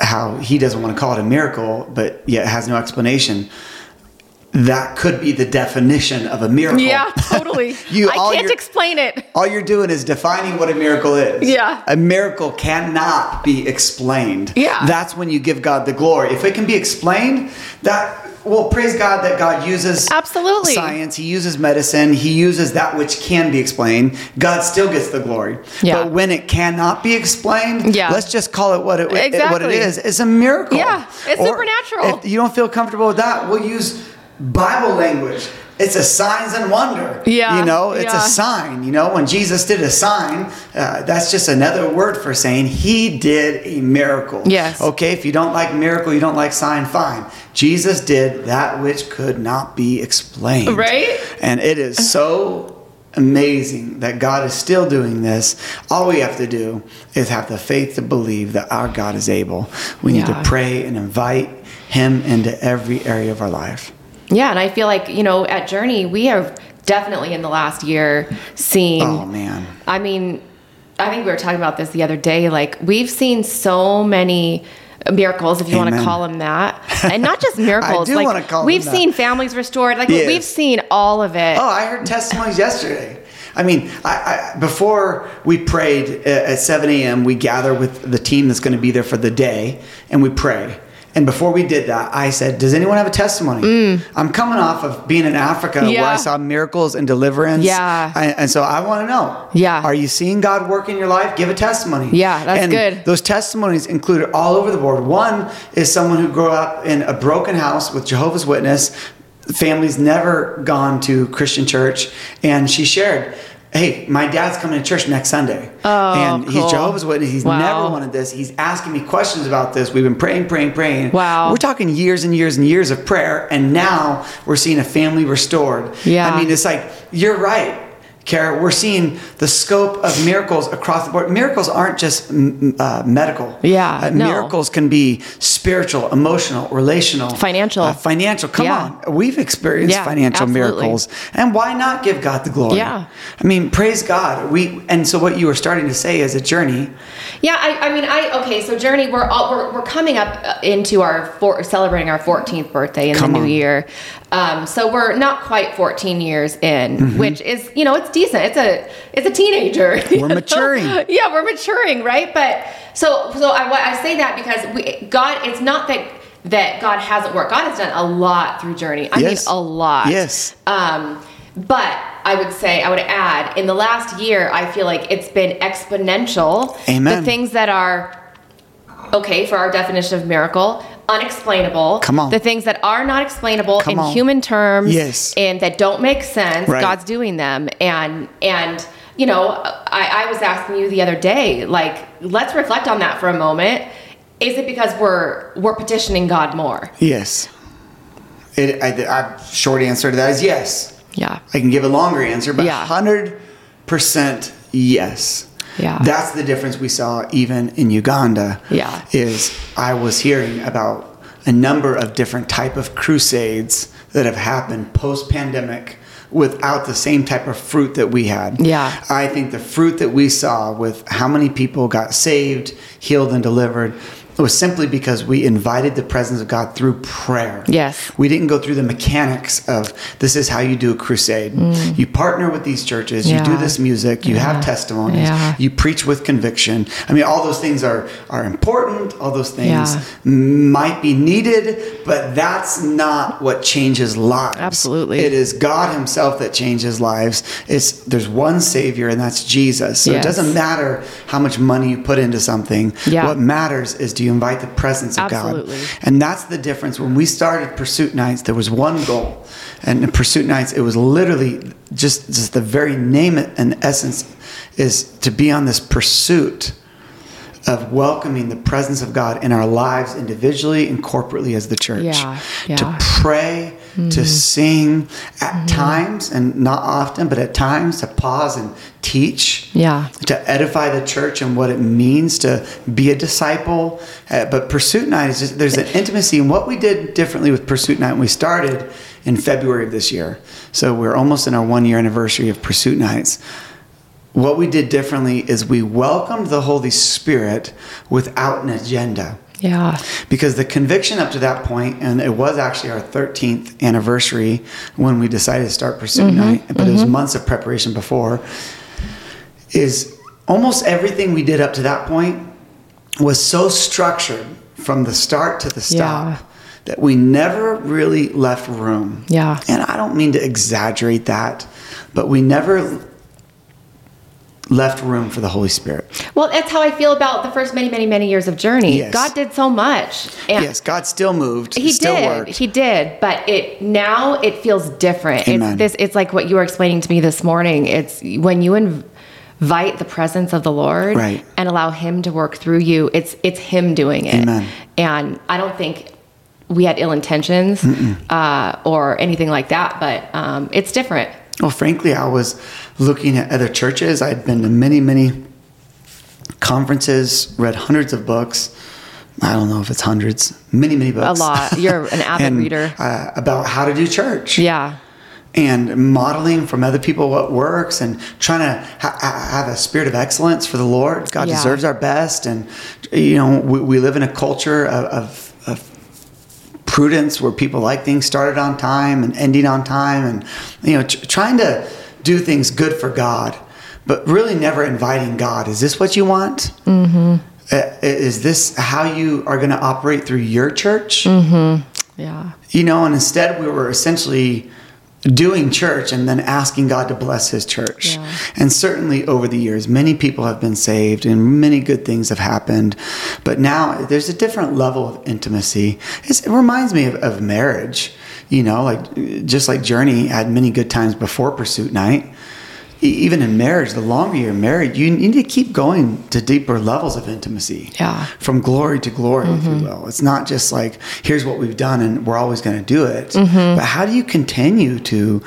how he doesn't want to call it a miracle, but yet has no explanation. That could be the definition of a miracle. *laughs*
Yeah, totally.
Oh. You- all
I can't
your-
explain it.
All you're doing is defining what a miracle is.
Yeah.
A miracle cannot be explained.
Yeah.
That's when you give God the glory. If it can be explained, that well, praise God that God uses
Absolutely.
science, He uses medicine, He uses that which can be explained. God still gets the glory.
Yeah.
But when it cannot be explained,
Yeah.
let's just call it what it what it
Exactly.
is. It's a miracle.
Yeah, it's
Or
supernatural.
If you don't feel comfortable with that, we'll use Bible language. It's a signs and wonder.
Yeah,
You know, it's
yeah.
a sign. You know, when Jesus did a sign, uh, that's just another word for saying he did a miracle.
Yes.
Okay, if you don't like miracle, you don't like sign, fine. Jesus did that which could not be explained.
Right?
And it is so amazing that God is still doing this. All we have to do is have the faith to believe that our God is able. We need
Yeah.
to pray and invite him into every area of our life.
Yeah, and I feel like, you know, at Journey, we have definitely in the last year seen.
Oh man.
I mean, I think we were talking about this the other day. Like, we've seen so many miracles, if you want to
Amen.
call them that. And not just *laughs* miracles.
do
like,
wanna call them
We've
that.
seen families restored. Like,
Yes.
we've seen all of it.
Oh, I heard testimonies yesterday. I mean, I, I, before we prayed a- at 7 a.m., we gather with the team that's going to be there for the day and we pray. And before we did that, I said, Does anyone have a testimony? I'm coming off of being in Africa where I
Mm. Yeah.
saw miracles and deliverance.
Yeah.
I- and so I want to know.
Yeah.
Are you seeing God work in your life? Give a testimony.
Yeah, that's
and
good.
Those testimonies included all over the board. One is someone who grew up in a broken house with Jehovah's Witness. Family's never gone to Christian church, and she shared, "Hey, my dad's coming to church next Sunday,
Oh,
and he's
cool.
Jehovah's Witness. He's
Wow.
never wanted this. He's asking me questions about this. We've been praying, praying, praying.
Wow.
We're talking years and years and years of prayer, and now we're seeing a family restored.
Yeah.
I mean, it's like you're right. Kara, we're seeing the scope of miracles across the board. Miracles aren't just mm, uh, medical.
Yeah,
Uh,
no.
Miracles can be spiritual, emotional, relational,
Financial.
uh, financial. Come
Yeah.
on. We've experienced
Yeah,
financial
absolutely.
miracles. And why not give God the glory?
Yeah.
I mean, praise God. We And so, what you were starting to say is a journey.
Yeah, I, I mean, I okay. So, Journey, we're all, we're, we're coming up uh, into our four, celebrating our 14th birthday in
Come
the new
on.
year. Um, so we're not quite 14 years in,
Mm-hmm.
which is you know it's decent. It's a it's a teenager. you *laughs* know?
maturing.
Yeah, we're maturing, right? But so so I why I say that because we God. It's not that that God hasn't worked. God has done a lot through Journey. I
Yes.
mean, a lot.
Yes.
Um, but I would say, I would add, in the last year, I feel like it's been exponential.
Amen.
The things that are okay for our definition of miracle, unexplainable.
Come on.
The things that are not explainable
Come
in
on.
human terms
Yes.
and that don't make sense,
Right.
God's doing them. And and you know, I, I was asking you the other day, like, let's reflect on that for a moment. Is it because we're we're petitioning God more?
Yes. It, I, I, short answer to that is yes.
Yeah.
I can give a longer answer, but
Yeah.
100% yes.
Yeah.
That's the difference we saw even in Uganda.
Yeah.
Is I was hearing about a number of different type of crusades that have happened post pandemic without the same type of fruit that we had.
Yeah.
I think the fruit that we saw with how many people got saved, healed and delivered was simply because we invited the presence of God through prayer.
Yes.
We didn't go through the mechanics of this is how you do a crusade. You partner with these churches, you do
Mm. Yeah.
this music, you have
Yeah.
testimonies,
Yeah.
you preach with conviction. I mean, all those things are are important. All those things
Yeah.
might be needed, but that's not what changes lives.
Absolutely.
It is God himself that changes lives. It's there's one savior and that's Jesus. So
Yes.
it doesn't matter how much money you put into something.
Yeah.
What matters is do you invite the presence of
Absolutely.
God? And that's the difference. When we started Pursuit Nights, there was one goal. And in Pursuit Nights, it was literally just, just the very name and essence is to be on this pursuit of welcoming the presence of God in our lives individually and corporately as the church.
Yeah, yeah. Mm-hmm.
To pray, to sing at times, and not often, but at times to pause and teach
Yeah.
to edify the church and what it means to be a disciple. Uh, but Pursuit Night is just, there's an intimacy. And what we did differently with Pursuit Night, when we started in February of this year. So we're almost in our one year anniversary of Pursuit Nights. What we did differently is we welcomed the Holy Spirit without an agenda
Yeah.
because the conviction up to that point, and it was actually our 13th anniversary when we decided to start Pursuit
Mm-hmm.
Night, but it was months of preparation before, is almost everything we did up to that point was so structured from the start to the stop
Yeah.
that we never really left room.
Yeah.
And I don't mean to exaggerate that, but we never left room for the Holy Spirit.
Well, that's how I feel about the first many, many, many years of Journey.
Yes.
God did so much. And
Yes, God still moved.
He
still
did.
worked.
He did, but it now it feels different.
Amen.
It's this it's like what you were explaining to me this morning. It's when you inv- invite the presence of the Lord
Right.
and allow him to work through you. It's it's him doing it.
Amen.
And I don't think we had ill intentions uh, or anything like that, but um, it's different.
Well, frankly, I was looking at other churches. I'd been to many, many conferences, read hundreds of books. I don't know if it's hundreds, many, many books.
lot. You're
*laughs*
an avid
And,
reader.
Uh, about how to do church
Yeah.
and modeling from other people what works and trying to ha- ha- have a spirit of excellence for the Lord. God
Yeah.
deserves our best. And, you know, we, we live in a culture of, of, of prudence where people like things started on time and ending on time and, you know, tr- trying to do things good for God, but really never inviting God. Is this what you want? Uh, is this how you are going to operate through your church?
Yeah.
You know, and instead we were essentially doing church and then asking God to bless his church.
Yeah.
And certainly over the years, many people have been saved and many good things have happened. But now there's a different level of intimacy. It's, it reminds me of, of marriage, you know, like just like Journey had many good times before Pursuit Night. E- Even in marriage, the longer you're married, you need to keep going to deeper levels of intimacy
Yeah.
from glory to glory, if
Mm-hmm.
you will. It's not just like, here's what we've done and we're always going to do it.
Mm-hmm.
But how do you continue to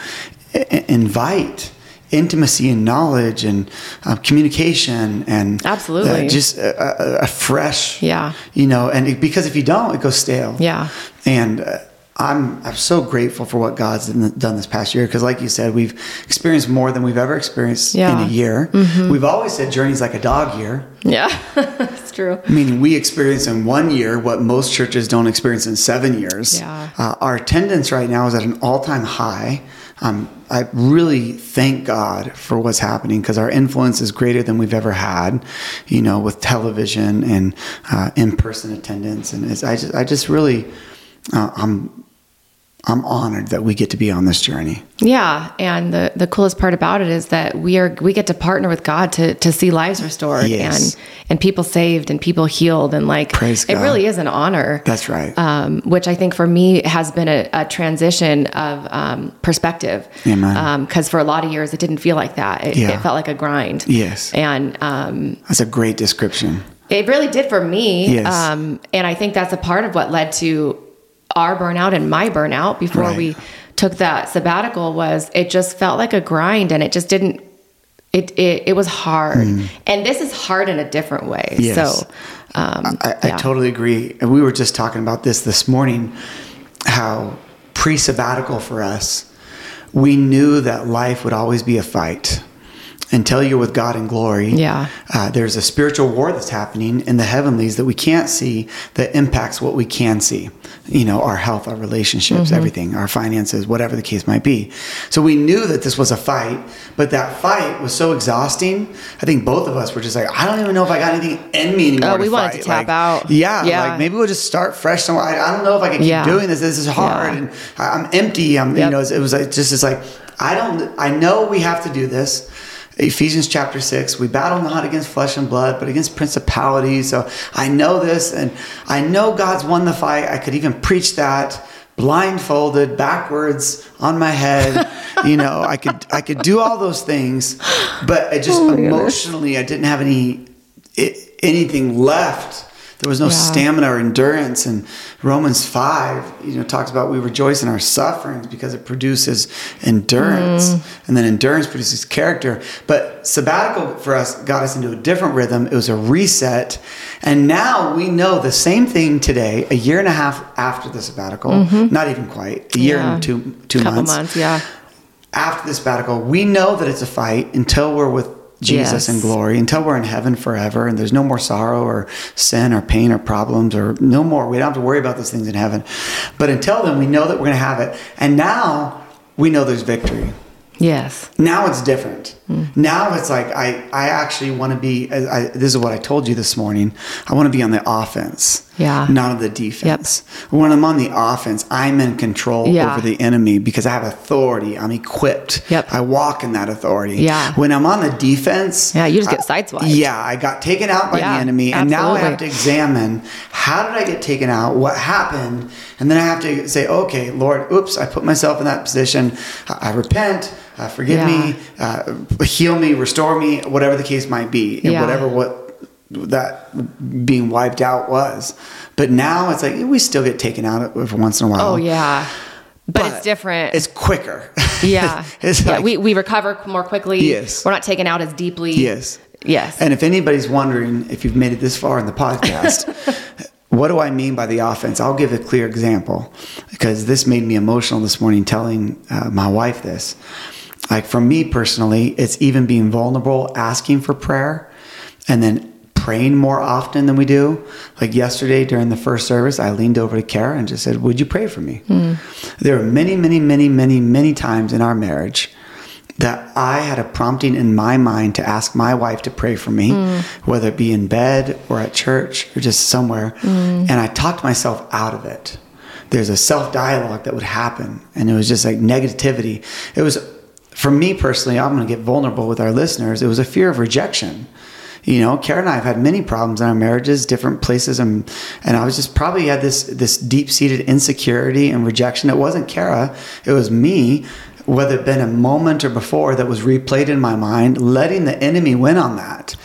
I- I- invite intimacy and knowledge and uh, communication and uh,
Absolutely.
just a, a, a fresh,
Yeah.
you know, and it, because if you don't, it goes stale.
Yeah.
And uh, I'm I'm so grateful for what God's done done this past year because, like you said, we've experienced more than we've ever experienced
Yeah. Mm-hmm.
in a year. We've always said journey's like a dog year.
Yeah. *laughs* it's true.
I mean, we experience in one year what most churches don't experience in seven years.
Yeah.
Uh, our attendance right now is at an all time high. Um, I really thank God for what's happening because our influence is greater than we've ever had, you know, with television and uh, in person attendance. And it's, I, just, I just really, uh, I'm, I'm honored that we get to be on this journey.
Yeah, and the the coolest part about it is that we are we get to partner with God to to see lives restored
Yes.
and and people saved and people healed and like
Praise
it
God.
really is an honor.
That's right.
Um, which I think for me has been a, a transition of um, perspective.
Amen.
Because for a lot of years it didn't feel like that. It,
Yeah.
it felt like a grind.
Yes.
And um,
That's a great description.
it really did for me.
Yes.
Um, and I think that's a part of what led to our burnout and my burnout before
Right.
we took that sabbatical was it just felt like a grind and it just didn't it it, it was hard. And this is hard in a different way.
Hmm. Yes.
So um
I, I
yeah.
totally agree. And we were just talking about this this morning how pre sabbatical for us, we knew that life would always be a fight. Until you're with God in glory,
Yeah.
uh, there's a spiritual war that's happening in the heavenlies that we can't see that impacts what we can see. You know, our health, our
Mm-hmm.
relationships, everything, our finances, whatever the case might be. So we knew that this was a fight, but that fight was so exhausting. I think both of us were just like, I don't even know if I got anything in me anymore.
Oh, we wanted to
fight.
tap
Like,
out.
Yeah,
Yeah.
like maybe we'll just start fresh somewhere. I, I don't know if I can keep
Yeah.
doing this. This is hard,
Yeah.
and I- I'm empty. I'm,
Yep.
you know, it was like just it's like I don't. I know we have to do this. Ephesians chapter six: We battle not against flesh and blood, but against principalities. So I know this, and I know God's won the fight. I could even preach that blindfolded backwards on my
*laughs*
head you know i could i could do all those things but i
Oh
just emotionally i didn't have any i anything left there was no
Yeah.
stamina or endurance. And Romans 5, you know, talks about we rejoice in our sufferings because it produces endurance.
Mm.
And then endurance produces character. But sabbatical for us got us into a different rhythm. It was a reset. And now we know the same thing today, a year and a half after the sabbatical, not even quite, a year and
Mm-hmm. Yeah.
two, two
couple
months.
months. yeah.
After the sabbatical, we know that it's a fight until we're with Jesus
Yes.
in glory, until we're in heaven forever, and there's no more sorrow or sin or pain or problems or no more. We don't have to worry about those things in heaven. But until then, we know that we're going to have it. And now we know there's victory
Yes.
now it's different now it's like i i actually want to be I, I- this is what i told you this morning i want to be on the offense
Yeah.
not on the defense when i'm on the offense i'm in control
Yeah.
over the enemy because i have authority i'm equipped
Yep.
i walk in that authority
Yeah.
when i'm on the defense
Yeah, you just get
I-
sideswiped.
yeah i got taken out by
Yeah,
the enemy and now i have to
absolutely.
examine how did I get taken out? What happened? And then I have to say, okay, Lord, oops, I put myself in that position. I, I repent. Uh, forgive me. Uh, heal me. Restore me. Whatever the case might be, and
Yeah.
whatever what that being wiped out was. But now it's like we still get taken out every once in a while.
Oh yeah. But, it's different.
It's quicker.
yeah.
*laughs* it's
yeah.
like-
we we recover more quickly.
Yes.
We're not taken out as deeply.
Yes.
Yes.
And if anybody's wondering if you've made it this far in the podcast, what do I mean by the offense? I'll give a clear example because this made me emotional this morning telling uh, my wife this. Like for me personally, it's even being vulnerable, asking for prayer, and then praying more often than we do. Like yesterday during the first service, I leaned over to Kara and just said, Would you pray for me? There are many, many, many, many, many times in our marriage that I had a prompting in my mind to ask my wife to pray for me, whether it be in bed or at church or just somewhere. And I talked myself out of it. There's a self dialogue that would happen, and it was just like negativity. It was, for me personally, I'm going to get vulnerable with our listeners. It was a fear of rejection. You know, Karen and I have had many problems in our marriages, different places, and and I was just probably had this this deep seated insecurity and rejection. It wasn't Kara, it was me. Whether it been a moment or before that was replayed in my mind, letting the enemy win on that.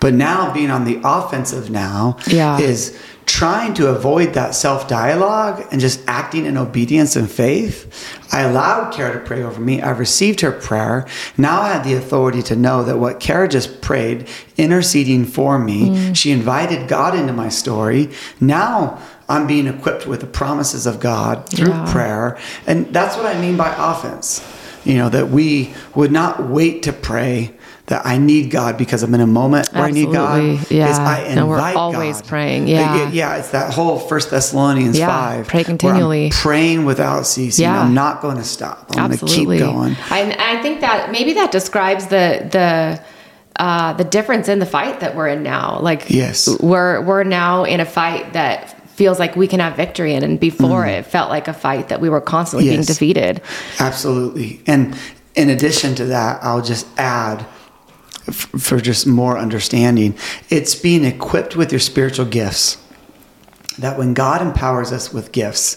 But now being on the offensive now
Yeah.
is trying to avoid that self dialogue and just acting in obedience and faith. I allowed Kara to pray over me. I received her prayer. Now I had the authority to know that what Kara just prayed, interceding for me, she invited God into my story. Now I'm being equipped with the promises of God through
Yeah.
prayer. And that's what I mean by offense. You know, that we would not wait to pray that I need God because I'm in a moment where I need God.
Absolutely. Yeah.
Is I invite
No, we're always
God.
praying.
Like,
Yeah.
yeah, it's that whole First Thessalonians
Yeah,
five.
pray
where I'm
continually.
praying without ceasing.
Yeah.
I'm not going to stop. I'm going to keep
Absolutely.
going.
And I think that maybe that describes the the uh, the difference in the fight that we're in now. Like
Yes.
we're we're now in a fight that feels like we can have victory in, and before it felt like a fight that we were constantly being
Mm-hmm. Yes.
defeated.
Absolutely. And in addition to that, I'll just add f- for just more understanding, it's being equipped with your spiritual gifts. That when God empowers us with gifts,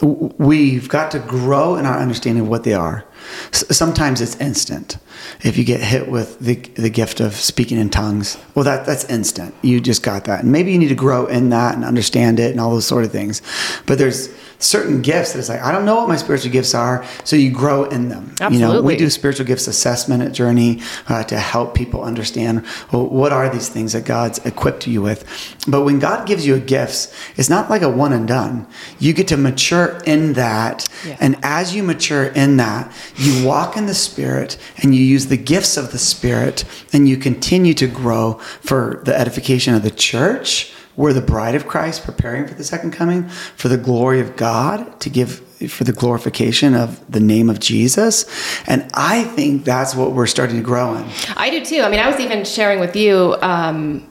w- we've got to grow in our understanding of what they are. S- Sometimes it's instant. If you get hit with the, the gift of speaking in tongues, well, that, that's instant. You just got that. And maybe you need to grow in that and understand it and all those sort of things. But there's certain gifts that it's like, I don't know what my spiritual gifts are. So you grow in them. You know, we
Absolutely.
do spiritual gifts assessment at Journey uh, to help people understand well, what are these things that God's equipped you with. But when God gives you gifts, it's not like a one and done. You get to mature in that,
Yeah.
and as you mature in that, you walk in the Spirit and you use the gifts of the Spirit, and you continue to grow for the edification of the church. We're the bride of Christ, preparing for the second coming, for the glory of God, to give for the glorification of the name of Jesus. And I think that's what we're starting to grow in.
I do too. I mean, I was even sharing with you um,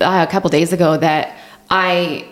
a couple days ago that I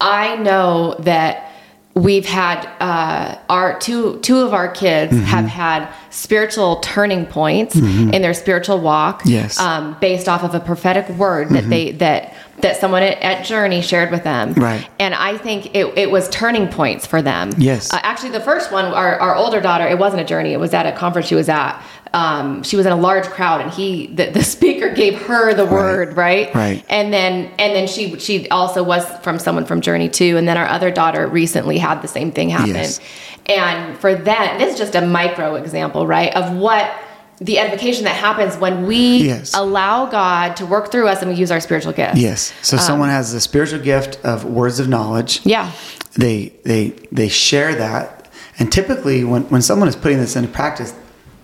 I know that we've had uh, our two two of our kids
Mm-hmm.
have had spiritual turning points in their spiritual walk.
Yes. Mm-hmm.
um, based off of a prophetic word that they that that someone at, at Journey shared with them.
Right.
and I think it it was turning points for them.
Yes.
Uh, actually the first one our, our older daughter it wasn't a journey it was at a conference she was at um, she was in a large crowd and he the, the *laughs* speaker gave her the word right
Right.
and then and then she she also was from someone from journey too and then our other daughter recently had the same thing happen
Yes.
and for that this is just a micro example right of what the edification that happens when we
Yes.
allow god to work through us and we use our spiritual gifts
Yes. So someone has the spiritual gift of words of knowledge.
yeah
they they they share that and typically when, when someone is putting this into practice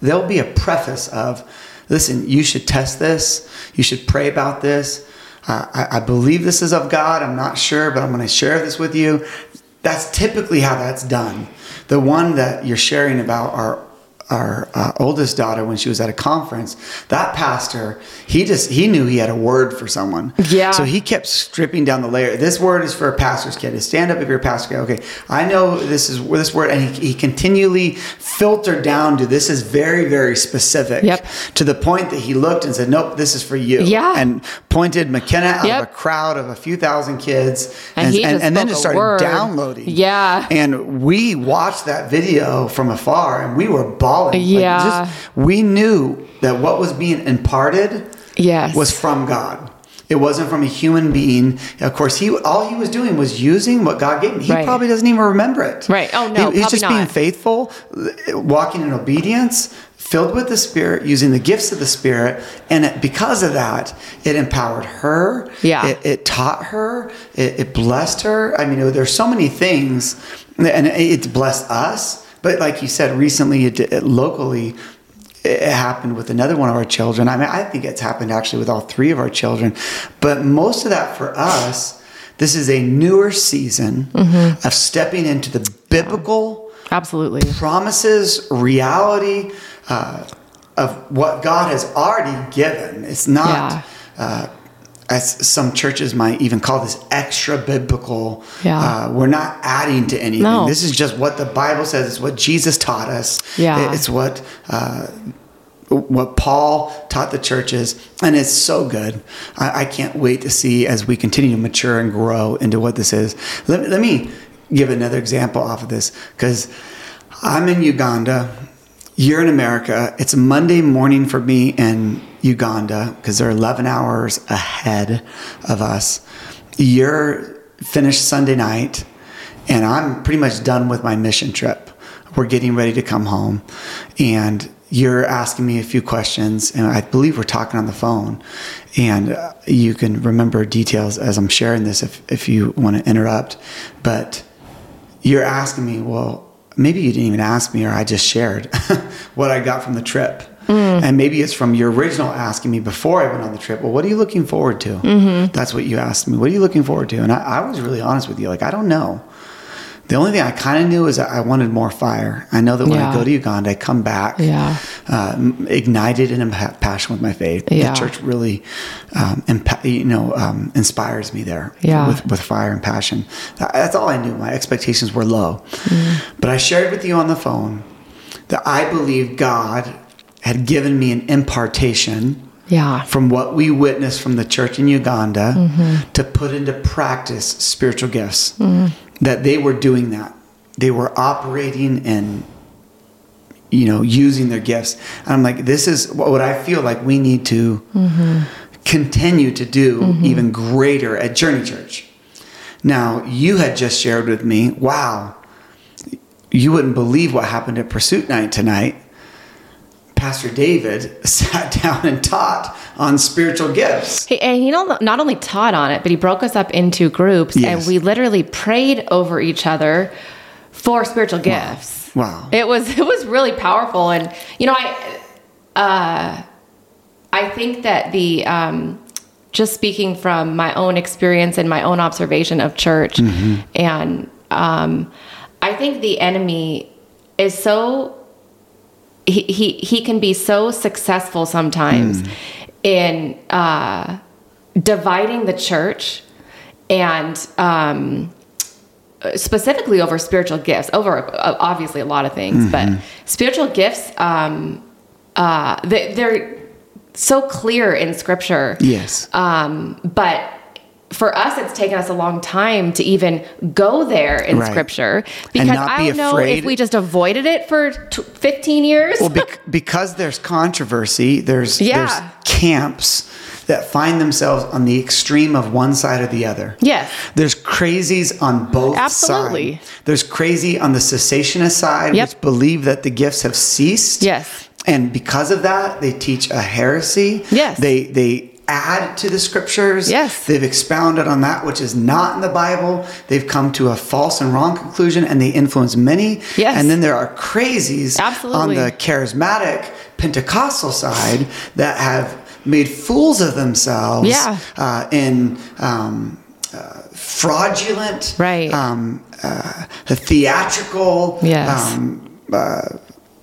there'll be a preface of listen you should test this you should pray about this uh, I, I believe this is of god i'm not sure but i'm going to share this with you that's typically how that's done the one that you're sharing about are our uh, oldest daughter when she was at a conference that pastor he just he knew he had a word for someone
Yeah.
so he kept stripping down the layer this word is for a pastor's kid stand up if you're a pastor kid okay i know this is this word and he, he continually filtered down to this is very very specific
Yep.
to the point that he looked and said nope this is for you
Yeah.
and pointed mckenna out
Yep.
of a crowd of a few thousand kids
And he just
then
spoke
just
a
started
word.
downloading
Yeah.
and we watched that video from afar and we were bawling Like,
Yeah.
just, we knew that what was being imparted
Yes.
was from God. It wasn't from a human being. Of course, he all he was doing was using what God gave him. He
Right.
probably doesn't even remember it.
Right. Oh, no,
He- he's
probably
just being
not.
faithful, walking in obedience, filled with the Spirit, using the gifts of the Spirit, and it, because of that, it empowered her.
Yeah.
It, it taught her. It, it blessed her. I mean, there's so many things, and it, it's blessed us. But like you said, recently, it, it locally, it happened with another one of our children. I mean, I think it's happened actually with all three of our children. But most of that for us, this is a newer season of stepping into the biblical
Absolutely.
promises, reality uh, of what God has already given. It's not,
Yeah.
uh, as some churches might even call this, extra biblical.
Yeah.
Uh, we're not adding to anything.
No.
This is just what the Bible says. It's what Jesus taught us.
Yeah.
It- It's what. Uh, what Paul taught the churches, and it's so good. I, I can't wait to see as we continue to mature and grow into what this is. Let, me- let me give another example off of this because I'm in Uganda, you're in America. It's Monday morning for me in Uganda because they're 11 hours ahead of us. You're finished Sunday night, and I'm pretty much done with my mission trip we're getting ready to come home and you're asking me a few questions and i believe we're talking on the phone and uh, you can remember details as i'm sharing this if, if you want to interrupt but you're asking me well maybe you didn't even ask me or i just shared *laughs* what i got from the trip
Mm.
and maybe it's from your original asking me before i went on the trip well what are you looking forward to
Mm-hmm.
that's what you asked me what are you looking forward to and I, I was really honest with you like i don't know the only thing I kind of knew is that I wanted more fire. I know that when
Yeah.
I go to Uganda, I come back
Yeah.
uh, m- ignited in a pa- passion with my faith.
Yeah.
The church really, um, impa- you know, um, inspires me there
Yeah.
with, with fire and passion. Tha- That's all I knew. My expectations were low.
Mm.
But I shared with you on the phone that I believe God had given me an impartation
Yeah.
from what we witnessed from the church in Uganda to put into practice spiritual gifts. That they were doing that. They were operating and you know using their gifts. And I'm like, this is what what I feel like we need to continue to do even greater at Journey Church. Now, you had just shared with me, wow, you wouldn't believe what happened at Pursuit Night tonight. Pastor David *laughs* sat down and taught on spiritual gifts.
He, and he not, not only taught on it, but he broke us up into groups and
Yes.
we literally prayed over each other for spiritual gifts.
Wow.
It was *laughs* it was really powerful and you know I uh, I think that the um, just speaking from my own experience and my own observation of church,
Mm-hmm.
and um, I think the enemy is so he he, he can be so successful sometimes
Mm.
in uh, dividing the church and. Um, specifically over spiritual gifts, over uh, obviously a lot of things,
Mm-hmm.
but spiritual gifts, um, uh, they, they're so clear in scripture.
Yes.
Um, but for us, it's taken us a long time to even go there in
Right.
scripture
And
because
not
I
be
don't know if
afraid-
we just avoided it for t- 15 years.
well, bec- because there's controversy, there's,
Yeah.
there's camps that find themselves on the extreme of one side or the other.
Yes.
There's crazies on both
Absolutely.
sides. There's crazy on the cessationist side,
Yep.
which believe that the gifts have ceased.
Yes.
And because of that, they teach a heresy.
Yes.
They they add to the scriptures.
Yes.
They've expounded on that which is not in the Bible. They've come to a false and wrong conclusion and they influence many.
Yes.
And then there are crazies on
Absolutely.
the charismatic Pentecostal side that have made fools of themselves
Yeah.
uh, in um, uh, fraudulent,
Right.
um, uh, theatrical,
Yes.
um, uh,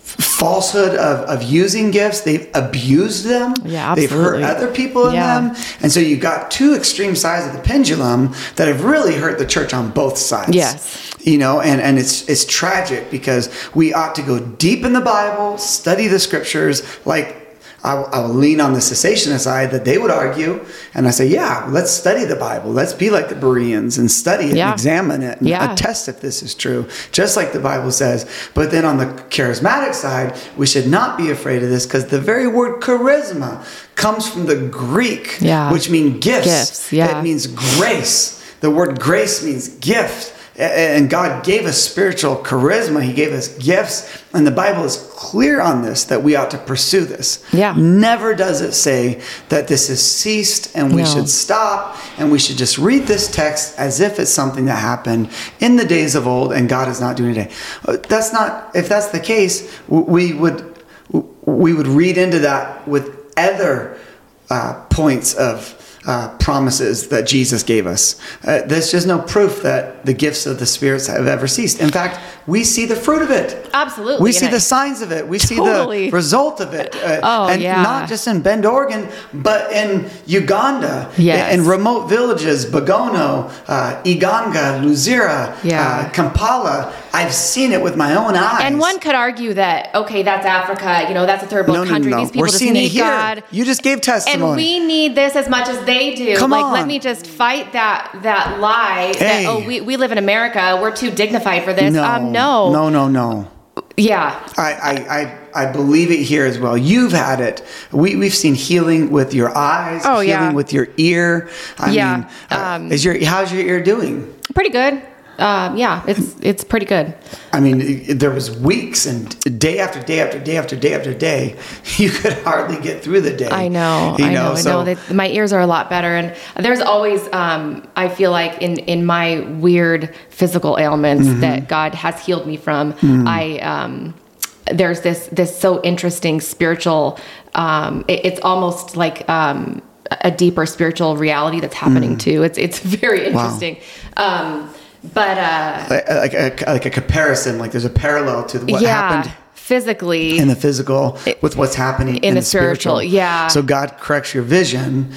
falsehood of, of using gifts. They've abused them.
Yeah,
They've hurt
absolutely.
other people in
Yeah.
them. And so you've got two extreme sides of the pendulum that have really hurt the church on both sides.
Yes.
You know, and, and it's it's tragic because we ought to go deep in the Bible, study the scriptures, like I, will- I will lean on the cessationist side that they would argue, and I say, yeah, let's study the Bible. Let's be like the Bereans and study it
Yeah.
and examine it and
Yeah.
attest if this is true, just like the Bible says. But then on the charismatic side, we should not be afraid of this because the very word charisma comes from the Greek,
Yeah.
which means gifts.
Gifts, yeah.
It means grace. The word grace means gift. A- And God gave us spiritual charisma. He gave us gifts. And the Bible is clear on this that we ought to pursue this.
Yeah.
Never does it say that this is ceased and we
No.
should stop and we should just read this text as if it's something that happened in the days of old and God is not doing it today. Uh, That's not, if that's the case, w- we would, we would read into that with other uh, points of uh, promises that Jesus gave us. Uh, there's just no proof that the gifts of the spirits have ever ceased. In fact, we see the fruit of it.
Absolutely,
We see
and I-
the signs of it. We see
Totally.
the result of it. Uh,
Oh,
and
yeah.
not just in Bend, Oregon, but in Uganda,
Yes.
in, in remote villages, Bagono, uh, Iganga, Luzira,
Yeah.
uh, Kampala. I've seen it with my own eyes.
And one could argue that okay, that's Africa. You know, that's a third world
no, no,
country.
no, no.
These people
We're
just
seeing
need
it here.
God.
You just gave testimony.
and we need this as much as they do.
Come
like, let
on.
me just fight that that lie
Hey.
that oh, we, we live in America. We're too dignified for this.
no,
um, no,
no, no, no.
yeah,
I, I, I, I believe it here as well. You've had it. We, we've seen healing with your eyes,
Oh,
healing
yeah.
with your ear. I
Yeah, um,
mean, uh, is your, how's your ear doing?
pretty good. Um, yeah, it's it's pretty good.
I mean, it- there was weeks and day after day after day after day after day, *laughs* you could hardly get through the day.
I know,
You
I know,
so-
I know. That my ears are a lot better, and there's always, um, I feel like in in my weird physical ailments
Mm-hmm.
that God has healed me from, I um, there's this this so interesting spiritual. Um, it- it's almost like um, a deeper spiritual reality that's
Mm.
happening too. It's *laughs* it's very interesting. Um, but uh,
like, like a, like a comparison, like there's a parallel to what
yeah,
happened
physically,
in the physical with what's happening in,
the
the
spiritual,
spiritual.
yeah.
So God corrects your vision,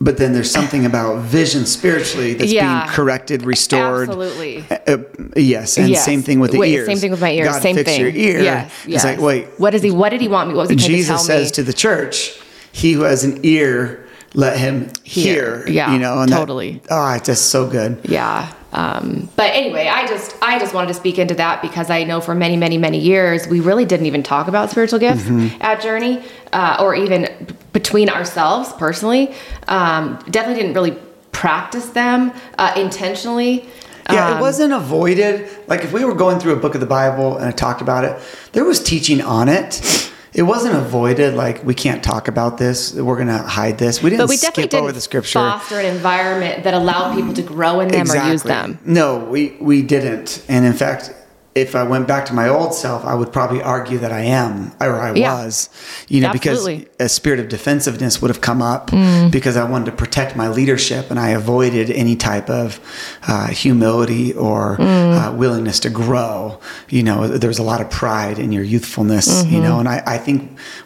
but then there's something about vision spiritually that's
Yeah.
being corrected, restored.
absolutely.
Uh, yes, and
Yes.
same thing with the
Wait,
ears.
Same thing with my ears.
God
same
fixed
thing.
your ear.
Yes,
It's
yes.
like wait,
What does he? What did he want me? What was he trying
Jesus
to tell
says
me?
to the church, "He who has an ear, let him
Hear.
hear."
Yeah,
you know, and that-
totally.
oh, it's just so good.
yeah. Um, but anyway, I just I just wanted to speak into that because I know for many many many years we really didn't even talk about spiritual gifts
Mm-hmm.
at Journey uh, or even b- between ourselves personally. Um, definitely didn't really practice them uh, intentionally.
Yeah,
Um,
it wasn't avoided. Like if we were going through a book of the Bible and I talked about it, there was teaching on it. It wasn't avoided. Like we can't talk about this. We're gonna hide this. We didn't
But we definitely
skip
didn't
over the scripture.
foster an environment that allowed people to grow in them or use them.
No, we we didn't. And in fact, if I went back to my old self, I would probably argue that I am or I
Yeah.
was. You know,
Absolutely.
because a spirit of defensiveness would have come up because I wanted to protect my leadership and I avoided any type of uh, humility or uh, willingness to grow. You know, there was a lot of pride in your youthfulness. You know, and I, I think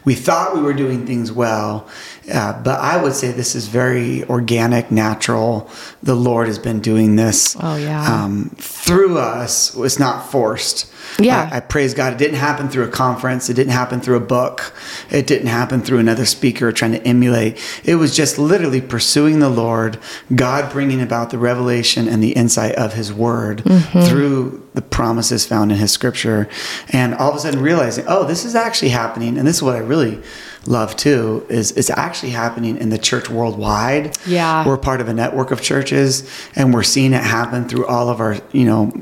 we thought we were doing things well, uh, but I would say this is very organic, natural. The Lord has been doing this
Oh, yeah.
um, through us was not forced.
Yeah.
I, I praise God. It didn't happen through a conference. It didn't happen through a book. It didn't happen through another speaker trying to emulate. It was just literally pursuing the Lord, God bringing about the revelation and the insight of His Word
Mm-hmm.
through the promises found in His Scripture. And all of a sudden realizing, oh, this is actually happening. And this is what I really love too is it's actually happening in the church worldwide
Yeah.
we're part of a network of churches and we're seeing it happen through all of our you know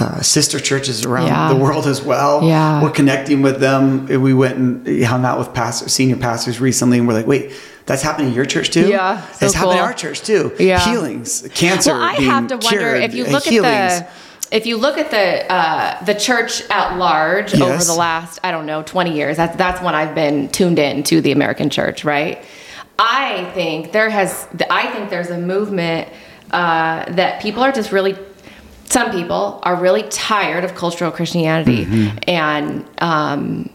uh, sister churches around
Yeah.
the world as well
Yeah.
we're connecting with them we went and hung out with pastor, senior pastors recently and we're like wait that's happening in your church too
Yeah, so
it's happening in
cool.
our church too
Yeah.
healings cancer
Well, I
being
have to wonder
cured,
if you
uh,
look
healings.
at the if you look at the uh, the church at large over
Yes.
the last I don't know twenty years. That's that's when I've been tuned in to the American church, right? I think there has I think there's a movement uh, that people are just really some people are really tired of cultural Christianity
Mm-hmm.
and. Um,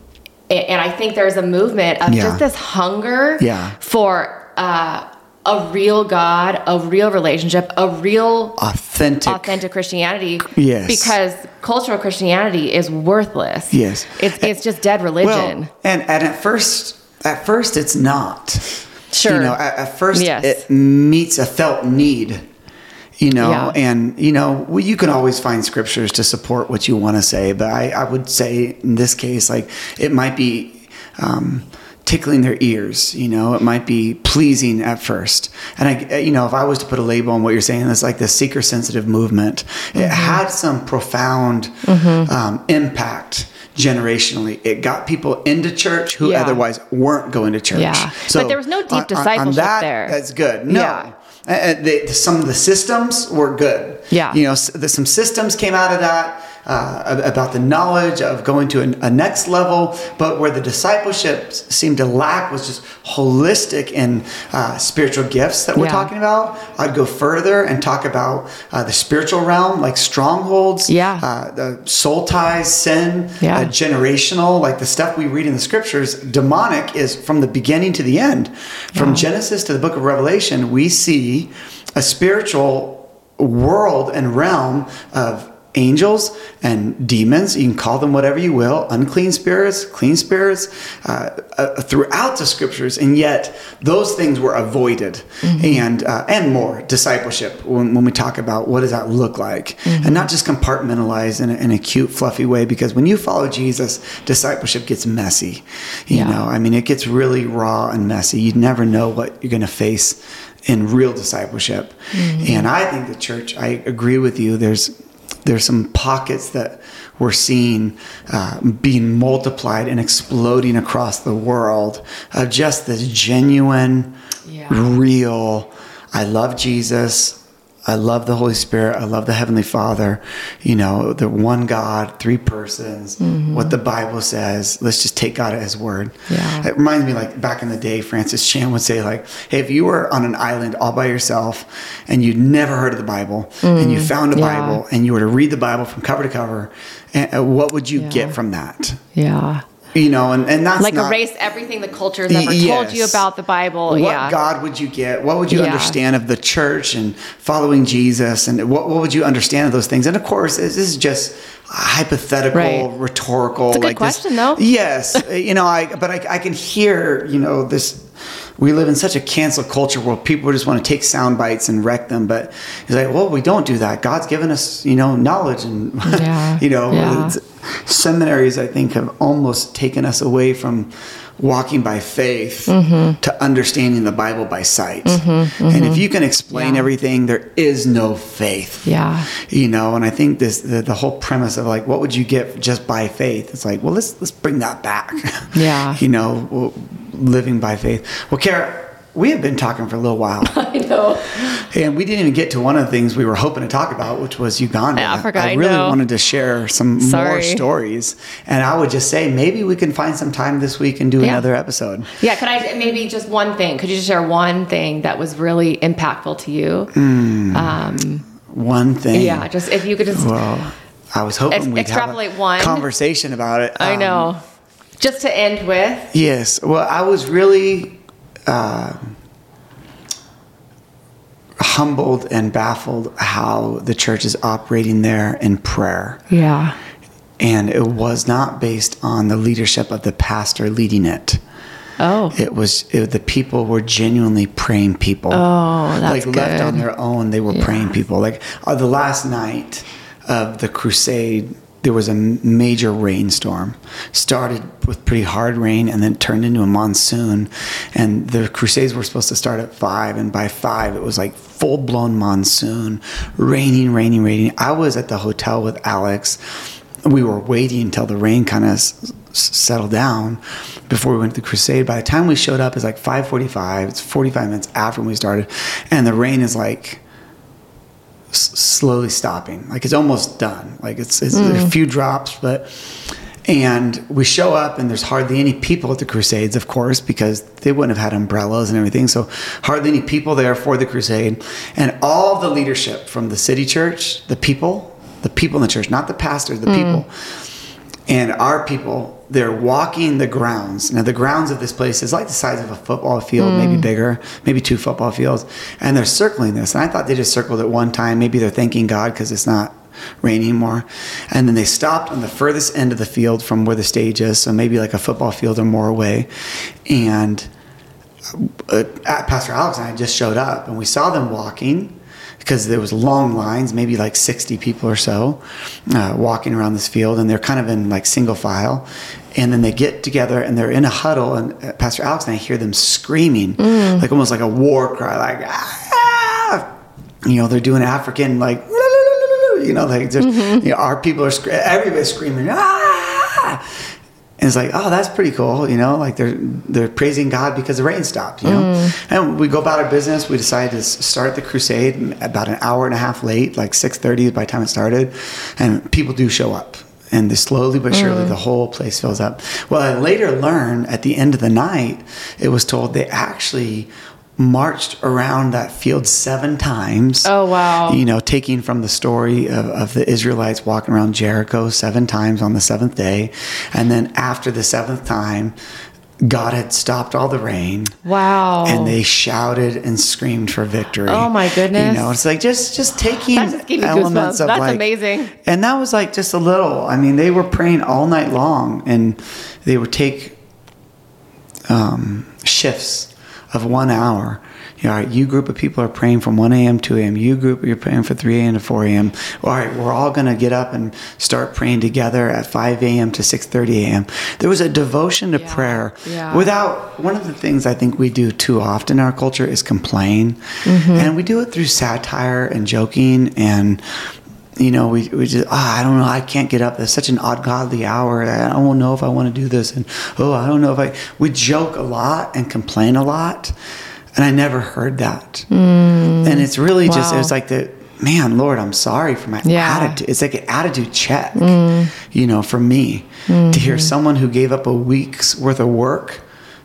a- and I think there's a movement of
Yeah.
just this hunger
Yeah.
for uh, a real God, a real relationship, a real
authentic
authentic Christianity.
Yes.
Because cultural Christianity is worthless.
Yes.
It's, it's just dead religion.
Well, and, and at first, at first, it's not.
Sure.
You know, at, at first,
Yes.
it meets a felt need. You know,
Yeah.
and you know, well, you can always find scriptures to support what you want to say, but I, I would say in this case, like it might be um, tickling their ears. You know, it might be pleasing at first, and I, eh, you know, if I was to put a label on what you're saying, it's like the seeker-sensitive movement.
Mm-hmm.
It had some profound um, impact generationally. It got people into church who
Yeah.
otherwise weren't going to church.
Yeah. But there was no deep
on- on- on
discipleship
that,
there.
That's good. No.
Yeah.
Um, eh, Uh, uh, they, some of the systems were good.
Yeah.
You know, s- the, some systems came out of that. uh, about the knowledge of going to an, a next level, but where the discipleship seemed to lack was just holistic in uh, spiritual gifts that we're
Yeah.
talking about. I'd go further and talk about uh, the spiritual realm, like strongholds,
Yeah.
uh, the soul ties, sin,
Yeah.
uh, generational, like the stuff we read in the scriptures. Demonic is from the beginning to the end, from Genesis to the book of Revelation. We see a spiritual world and realm of angels and demons you can call them whatever you will unclean spirits clean spirits uh, uh, throughout the scriptures and yet those things were avoided and uh, and more discipleship when, when we talk about what does that look like
Mm-hmm.
and not just compartmentalized in a, in a cute fluffy way because when you follow jesus discipleship gets messy you
Yeah.
know i mean it gets really raw and messy you never know what you're going to face in real discipleship
Mm-hmm.
and i think the church i agree with you there's there's some pockets that we're seeing uh, being multiplied and exploding across the world of just this genuine,
Yeah.
real, I love Jesus. I love the Holy Spirit. I love the Heavenly Father. You know, the one God, three persons,
Mm-hmm.
what the Bible says. Let's just take God at His word.
Yeah.
It reminds me, like, back in the day, Francis Chan would say, like, hey, if you were on an island all by yourself and you'd never heard of the Bible and you found a
Mm-hmm. yeah.
Bible and you were to read the Bible from cover to cover, and, uh, what would you
Yeah.
get from that?
Yeah.
You know, and, and that's
Like
not,
erase everything the culture's ever told you
Yes.
about the Bible.
What
yeah.
God would you get? What would you
Yeah.
understand of the church and following Jesus? And what, what would you understand of those things? And of course, this is just hypothetical,
Right.
rhetorical. It's
a good question, though.
Yes, *laughs* you know, I but I, I can hear you know this. We live in such a cancel culture where people just want to take sound bites and wreck them. But it's like, well, we don't do that. God's given us, you know, knowledge and *laughs*
Yeah.
you know,
Yeah.
it's- seminaries I think have almost taken us away from walking by faith
Mm-hmm.
to understanding the Bible by sight. And if you can explain
Yeah.
everything, there is no faith.
Yeah.
You know, and I think this the, the whole premise of like what would you get just by faith? It's like, well, let's let's bring that back.
*laughs* Yeah.
you know, well, living by faith. Well, Kara, we have been talking for a little while.
*laughs* I know.
And we didn't even get to one of the things we were hoping to talk about, which was Uganda.
Yeah, I forgot, I
really
know.
wanted to share some more
Sorry.
stories. And I would just say maybe we can find some time this week and do
Yeah.
another episode.
Yeah, could I maybe just one thing? Could you just share one thing that was really impactful to you?
Mm.
Um,
One thing.
yeah, just if you could just,
Well, I was hoping
Ex-
we'd
extrapolate
have a
one.
conversation about it.
*laughs* I
Um,
know, just to end with.
Yes. Well, I was really uh, humbled and baffled how the church is operating there in prayer.
Yeah.
And it was not based on the leadership of the pastor leading it.
Oh.
It was it, the people were genuinely praying people.
Oh, that's
like left
good.
on their own, they were praying people. Like uh, the last night of the crusade, there was a m- major rainstorm. Started with pretty hard rain and then turned into a monsoon. And the crusades were supposed to start at five, and by five it was like full blown monsoon, raining, raining, raining. I was at the hotel with Alex we were waiting until the rain kind of s- s- settled down before we went to the crusade. By the time we showed up, it's like 5:45. It's 45 minutes after when we started, and the rain is like s- slowly stopping. Like it's almost done. Like it's, it's a few drops, but and we show up and there's hardly any people at the crusades, of course, because they wouldn't have had umbrellas and everything. So hardly any people there for the crusade, and all the leadership from the city church, the people, the people in the church, not the pastors, the people and our people they're walking the grounds now the grounds of this place is like the size of a football field maybe bigger maybe two football fields and they're circling this and i thought they just circled it one time maybe they're thanking god because it's not raining anymore and then they stopped on the furthest end of the field from where the stage is so maybe like a football field or more away and uh, at Pastor Alex and I just showed up and we saw them walking because there was long lines, maybe like 60 people or so uh, walking around this field and they're kind of in like single file. And then they get together and they're in a huddle and uh, Pastor Alex and I hear them screaming like almost like a war cry, like, ah! you know, they're doing African like, you know, like just, you know, our people are, scre- everybody's screaming, ah! And it's like, oh, that's pretty cool, you know. Like they're they're praising God because the rain stopped, you know.
Mm.
And we go about our business. We decided to s- start the crusade about an hour and a half late, like six thirty by the time it started, and people do show up. And they slowly but
Mm.
surely, the whole place fills up. Well, I later learned at the end of the night, it was told they actually marched around that field seven times.
Oh, wow.
You know, taking from the story of, of the Israelites walking around Jericho seven times on the seventh day. And then after the seventh time, God had stopped all the rain.
Wow.
And they shouted and screamed for victory.
Oh, my goodness.
You know, it's like just just taking
That just gave me
elements
goosebumps.
of
That's
like
amazing.
and that was like just a little. I mean, they were praying all night long, and they would take um, shifts of one hour. You know, all right, you group of people are praying from 1 a.m. to 2 a.m. You group, you're praying for 3 a.m. to 4 a.m. All right, we're all going to get up and start praying together at 5 a.m. to 6:30 a.m. There was a devotion to
Yeah,
prayer
yeah.
without. One of the things I think we do too often in our culture is complain,
Mm-hmm.
and we do it through satire and joking and you know, we, we just, ah, I don't know, I can't get up. That's such an ungodly hour. I don't know if I want to do this. And, oh, I don't know if I, we joke a lot and complain a lot. And I never heard that. And it's really just, it was
Mm. Wow.
like the, man, Lord, I'm sorry for my
Yeah.
attitude. It's like an attitude check, you know, for me to hear
Mm-hmm.
someone who gave up a week's worth of work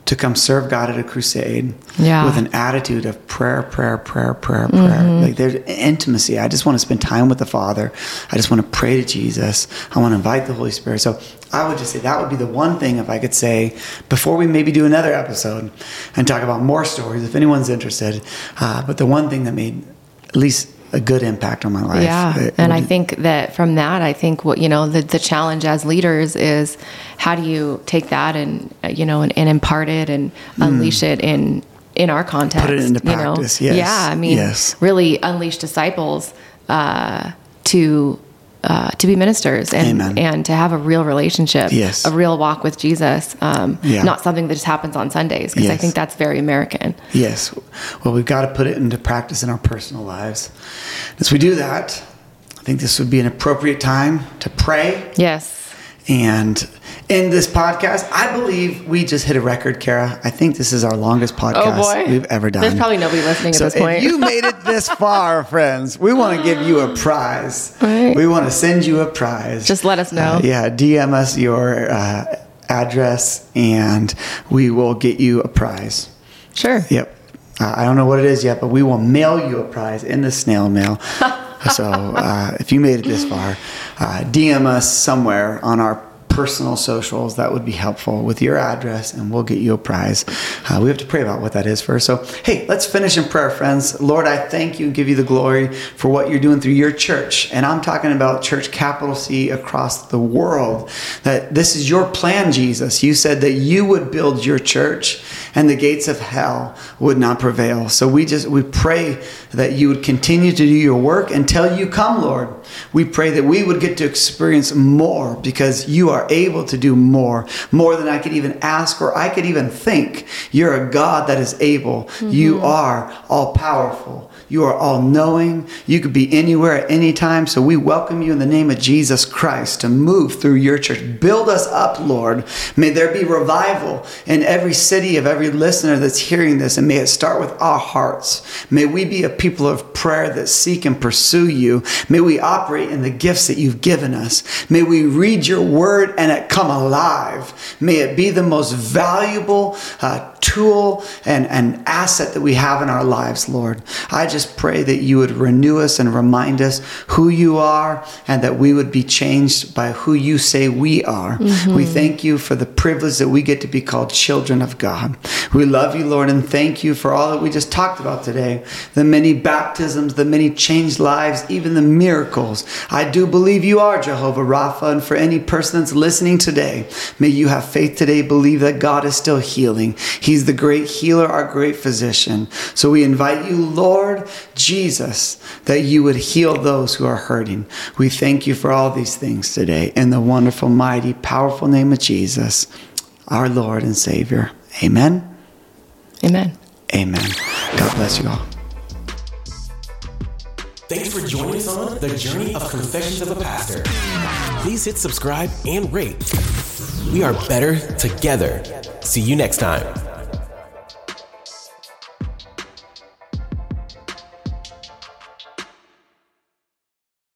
to come serve God at a crusade
Yeah. Mm-hmm.
with an attitude of prayer, prayer, prayer, prayer, prayer. Like there's intimacy. I just want to spend time with the Father. I just want to pray to Jesus. I want to invite the Holy Spirit. So I would just say that would be the one thing if I could say before we maybe do another episode and talk about more stories if anyone's interested. Uh, but the one thing that made at least a good impact on my life.
Yeah,
it
and I
would-
think that from that, I think what you know the the challenge as leaders is how do you take that and uh, you know and, and impart it and unleash it in in our context.
Hmm. into
you know?
practice, yes,
Yeah, I mean,
yes.
really unleash disciples uh, to. Uh, to be ministers and
Amen.
and to have a real relationship,
Yes.
a real walk with Jesus, um,
Yeah.
not something that just happens on Sundays. Because I
Yes.
think that's very American.
Yes. Well, we've got to put it into practice in our personal lives. As we do that, I think this would be an appropriate time to pray
Yes,
and end this podcast. I believe we just hit a record, Kara. I think this is our longest podcast
Oh, boy.
we've ever done.
There's probably nobody listening at
so
this point.
If
*laughs*
you made it this far, friends, we want to give you a prize.
Right.
We want to send you a prize.
Just let us know.
Uh, yeah, DM us your uh, address and we will get you a prize.
sure.
Yep. Uh, I don't know what it is yet, but we will mail you a prize in the snail mail. so uh, if you made it this far, uh, DM us somewhere on our personal socials. That would be helpful with your address, and we'll get you a prize. Uh, we have to pray about what that is first. So, hey, let's finish in prayer, friends. Lord, I thank you and give you the glory for what you're doing through your church. And I'm talking about church capital C across the world. That this is your plan, Jesus. You said that you would build your church and the gates of hell would not prevail. So we just we pray that you would continue to do your work until you come, Lord. We pray that we would get to experience more because you are able to do more, more than I could even ask or I could even think. You're a God that is able. You are all powerful. You are all knowing. You could be anywhere at any time. So we welcome you in the name of Jesus Christ to move through your church. Build us up, Lord. May there be revival in every city of every listener that's hearing this. And may it start with our hearts. May we be a people of prayer that seek and pursue you. May we operate in the gifts that you've given us. May we read your word and it come alive. May it be the most valuable uh, tool and an asset that we have in our lives, Lord. I just pray that you would renew us and remind us who you are and that we would be changed by who you say we are. We thank you for the privilege that we get to be called children of God. We love you, Lord, and thank you for all that we just talked about today the many baptisms, the many changed lives, even the miracles. I do believe you are Jehovah Rapha, and for any person that's listening today, may you have faith today, believe that God is still healing. He's the great healer, our great physician. So we invite you, Lord Jesus, that you would heal those who are hurting. We thank you for all these things today. In the wonderful, mighty, powerful name of Jesus, our Lord and Savior. Amen.
Amen.
Amen. God bless you all.
Thanks for joining us on the journey of Confessions of a Pastor. Please hit subscribe and rate We are better together. See you next time.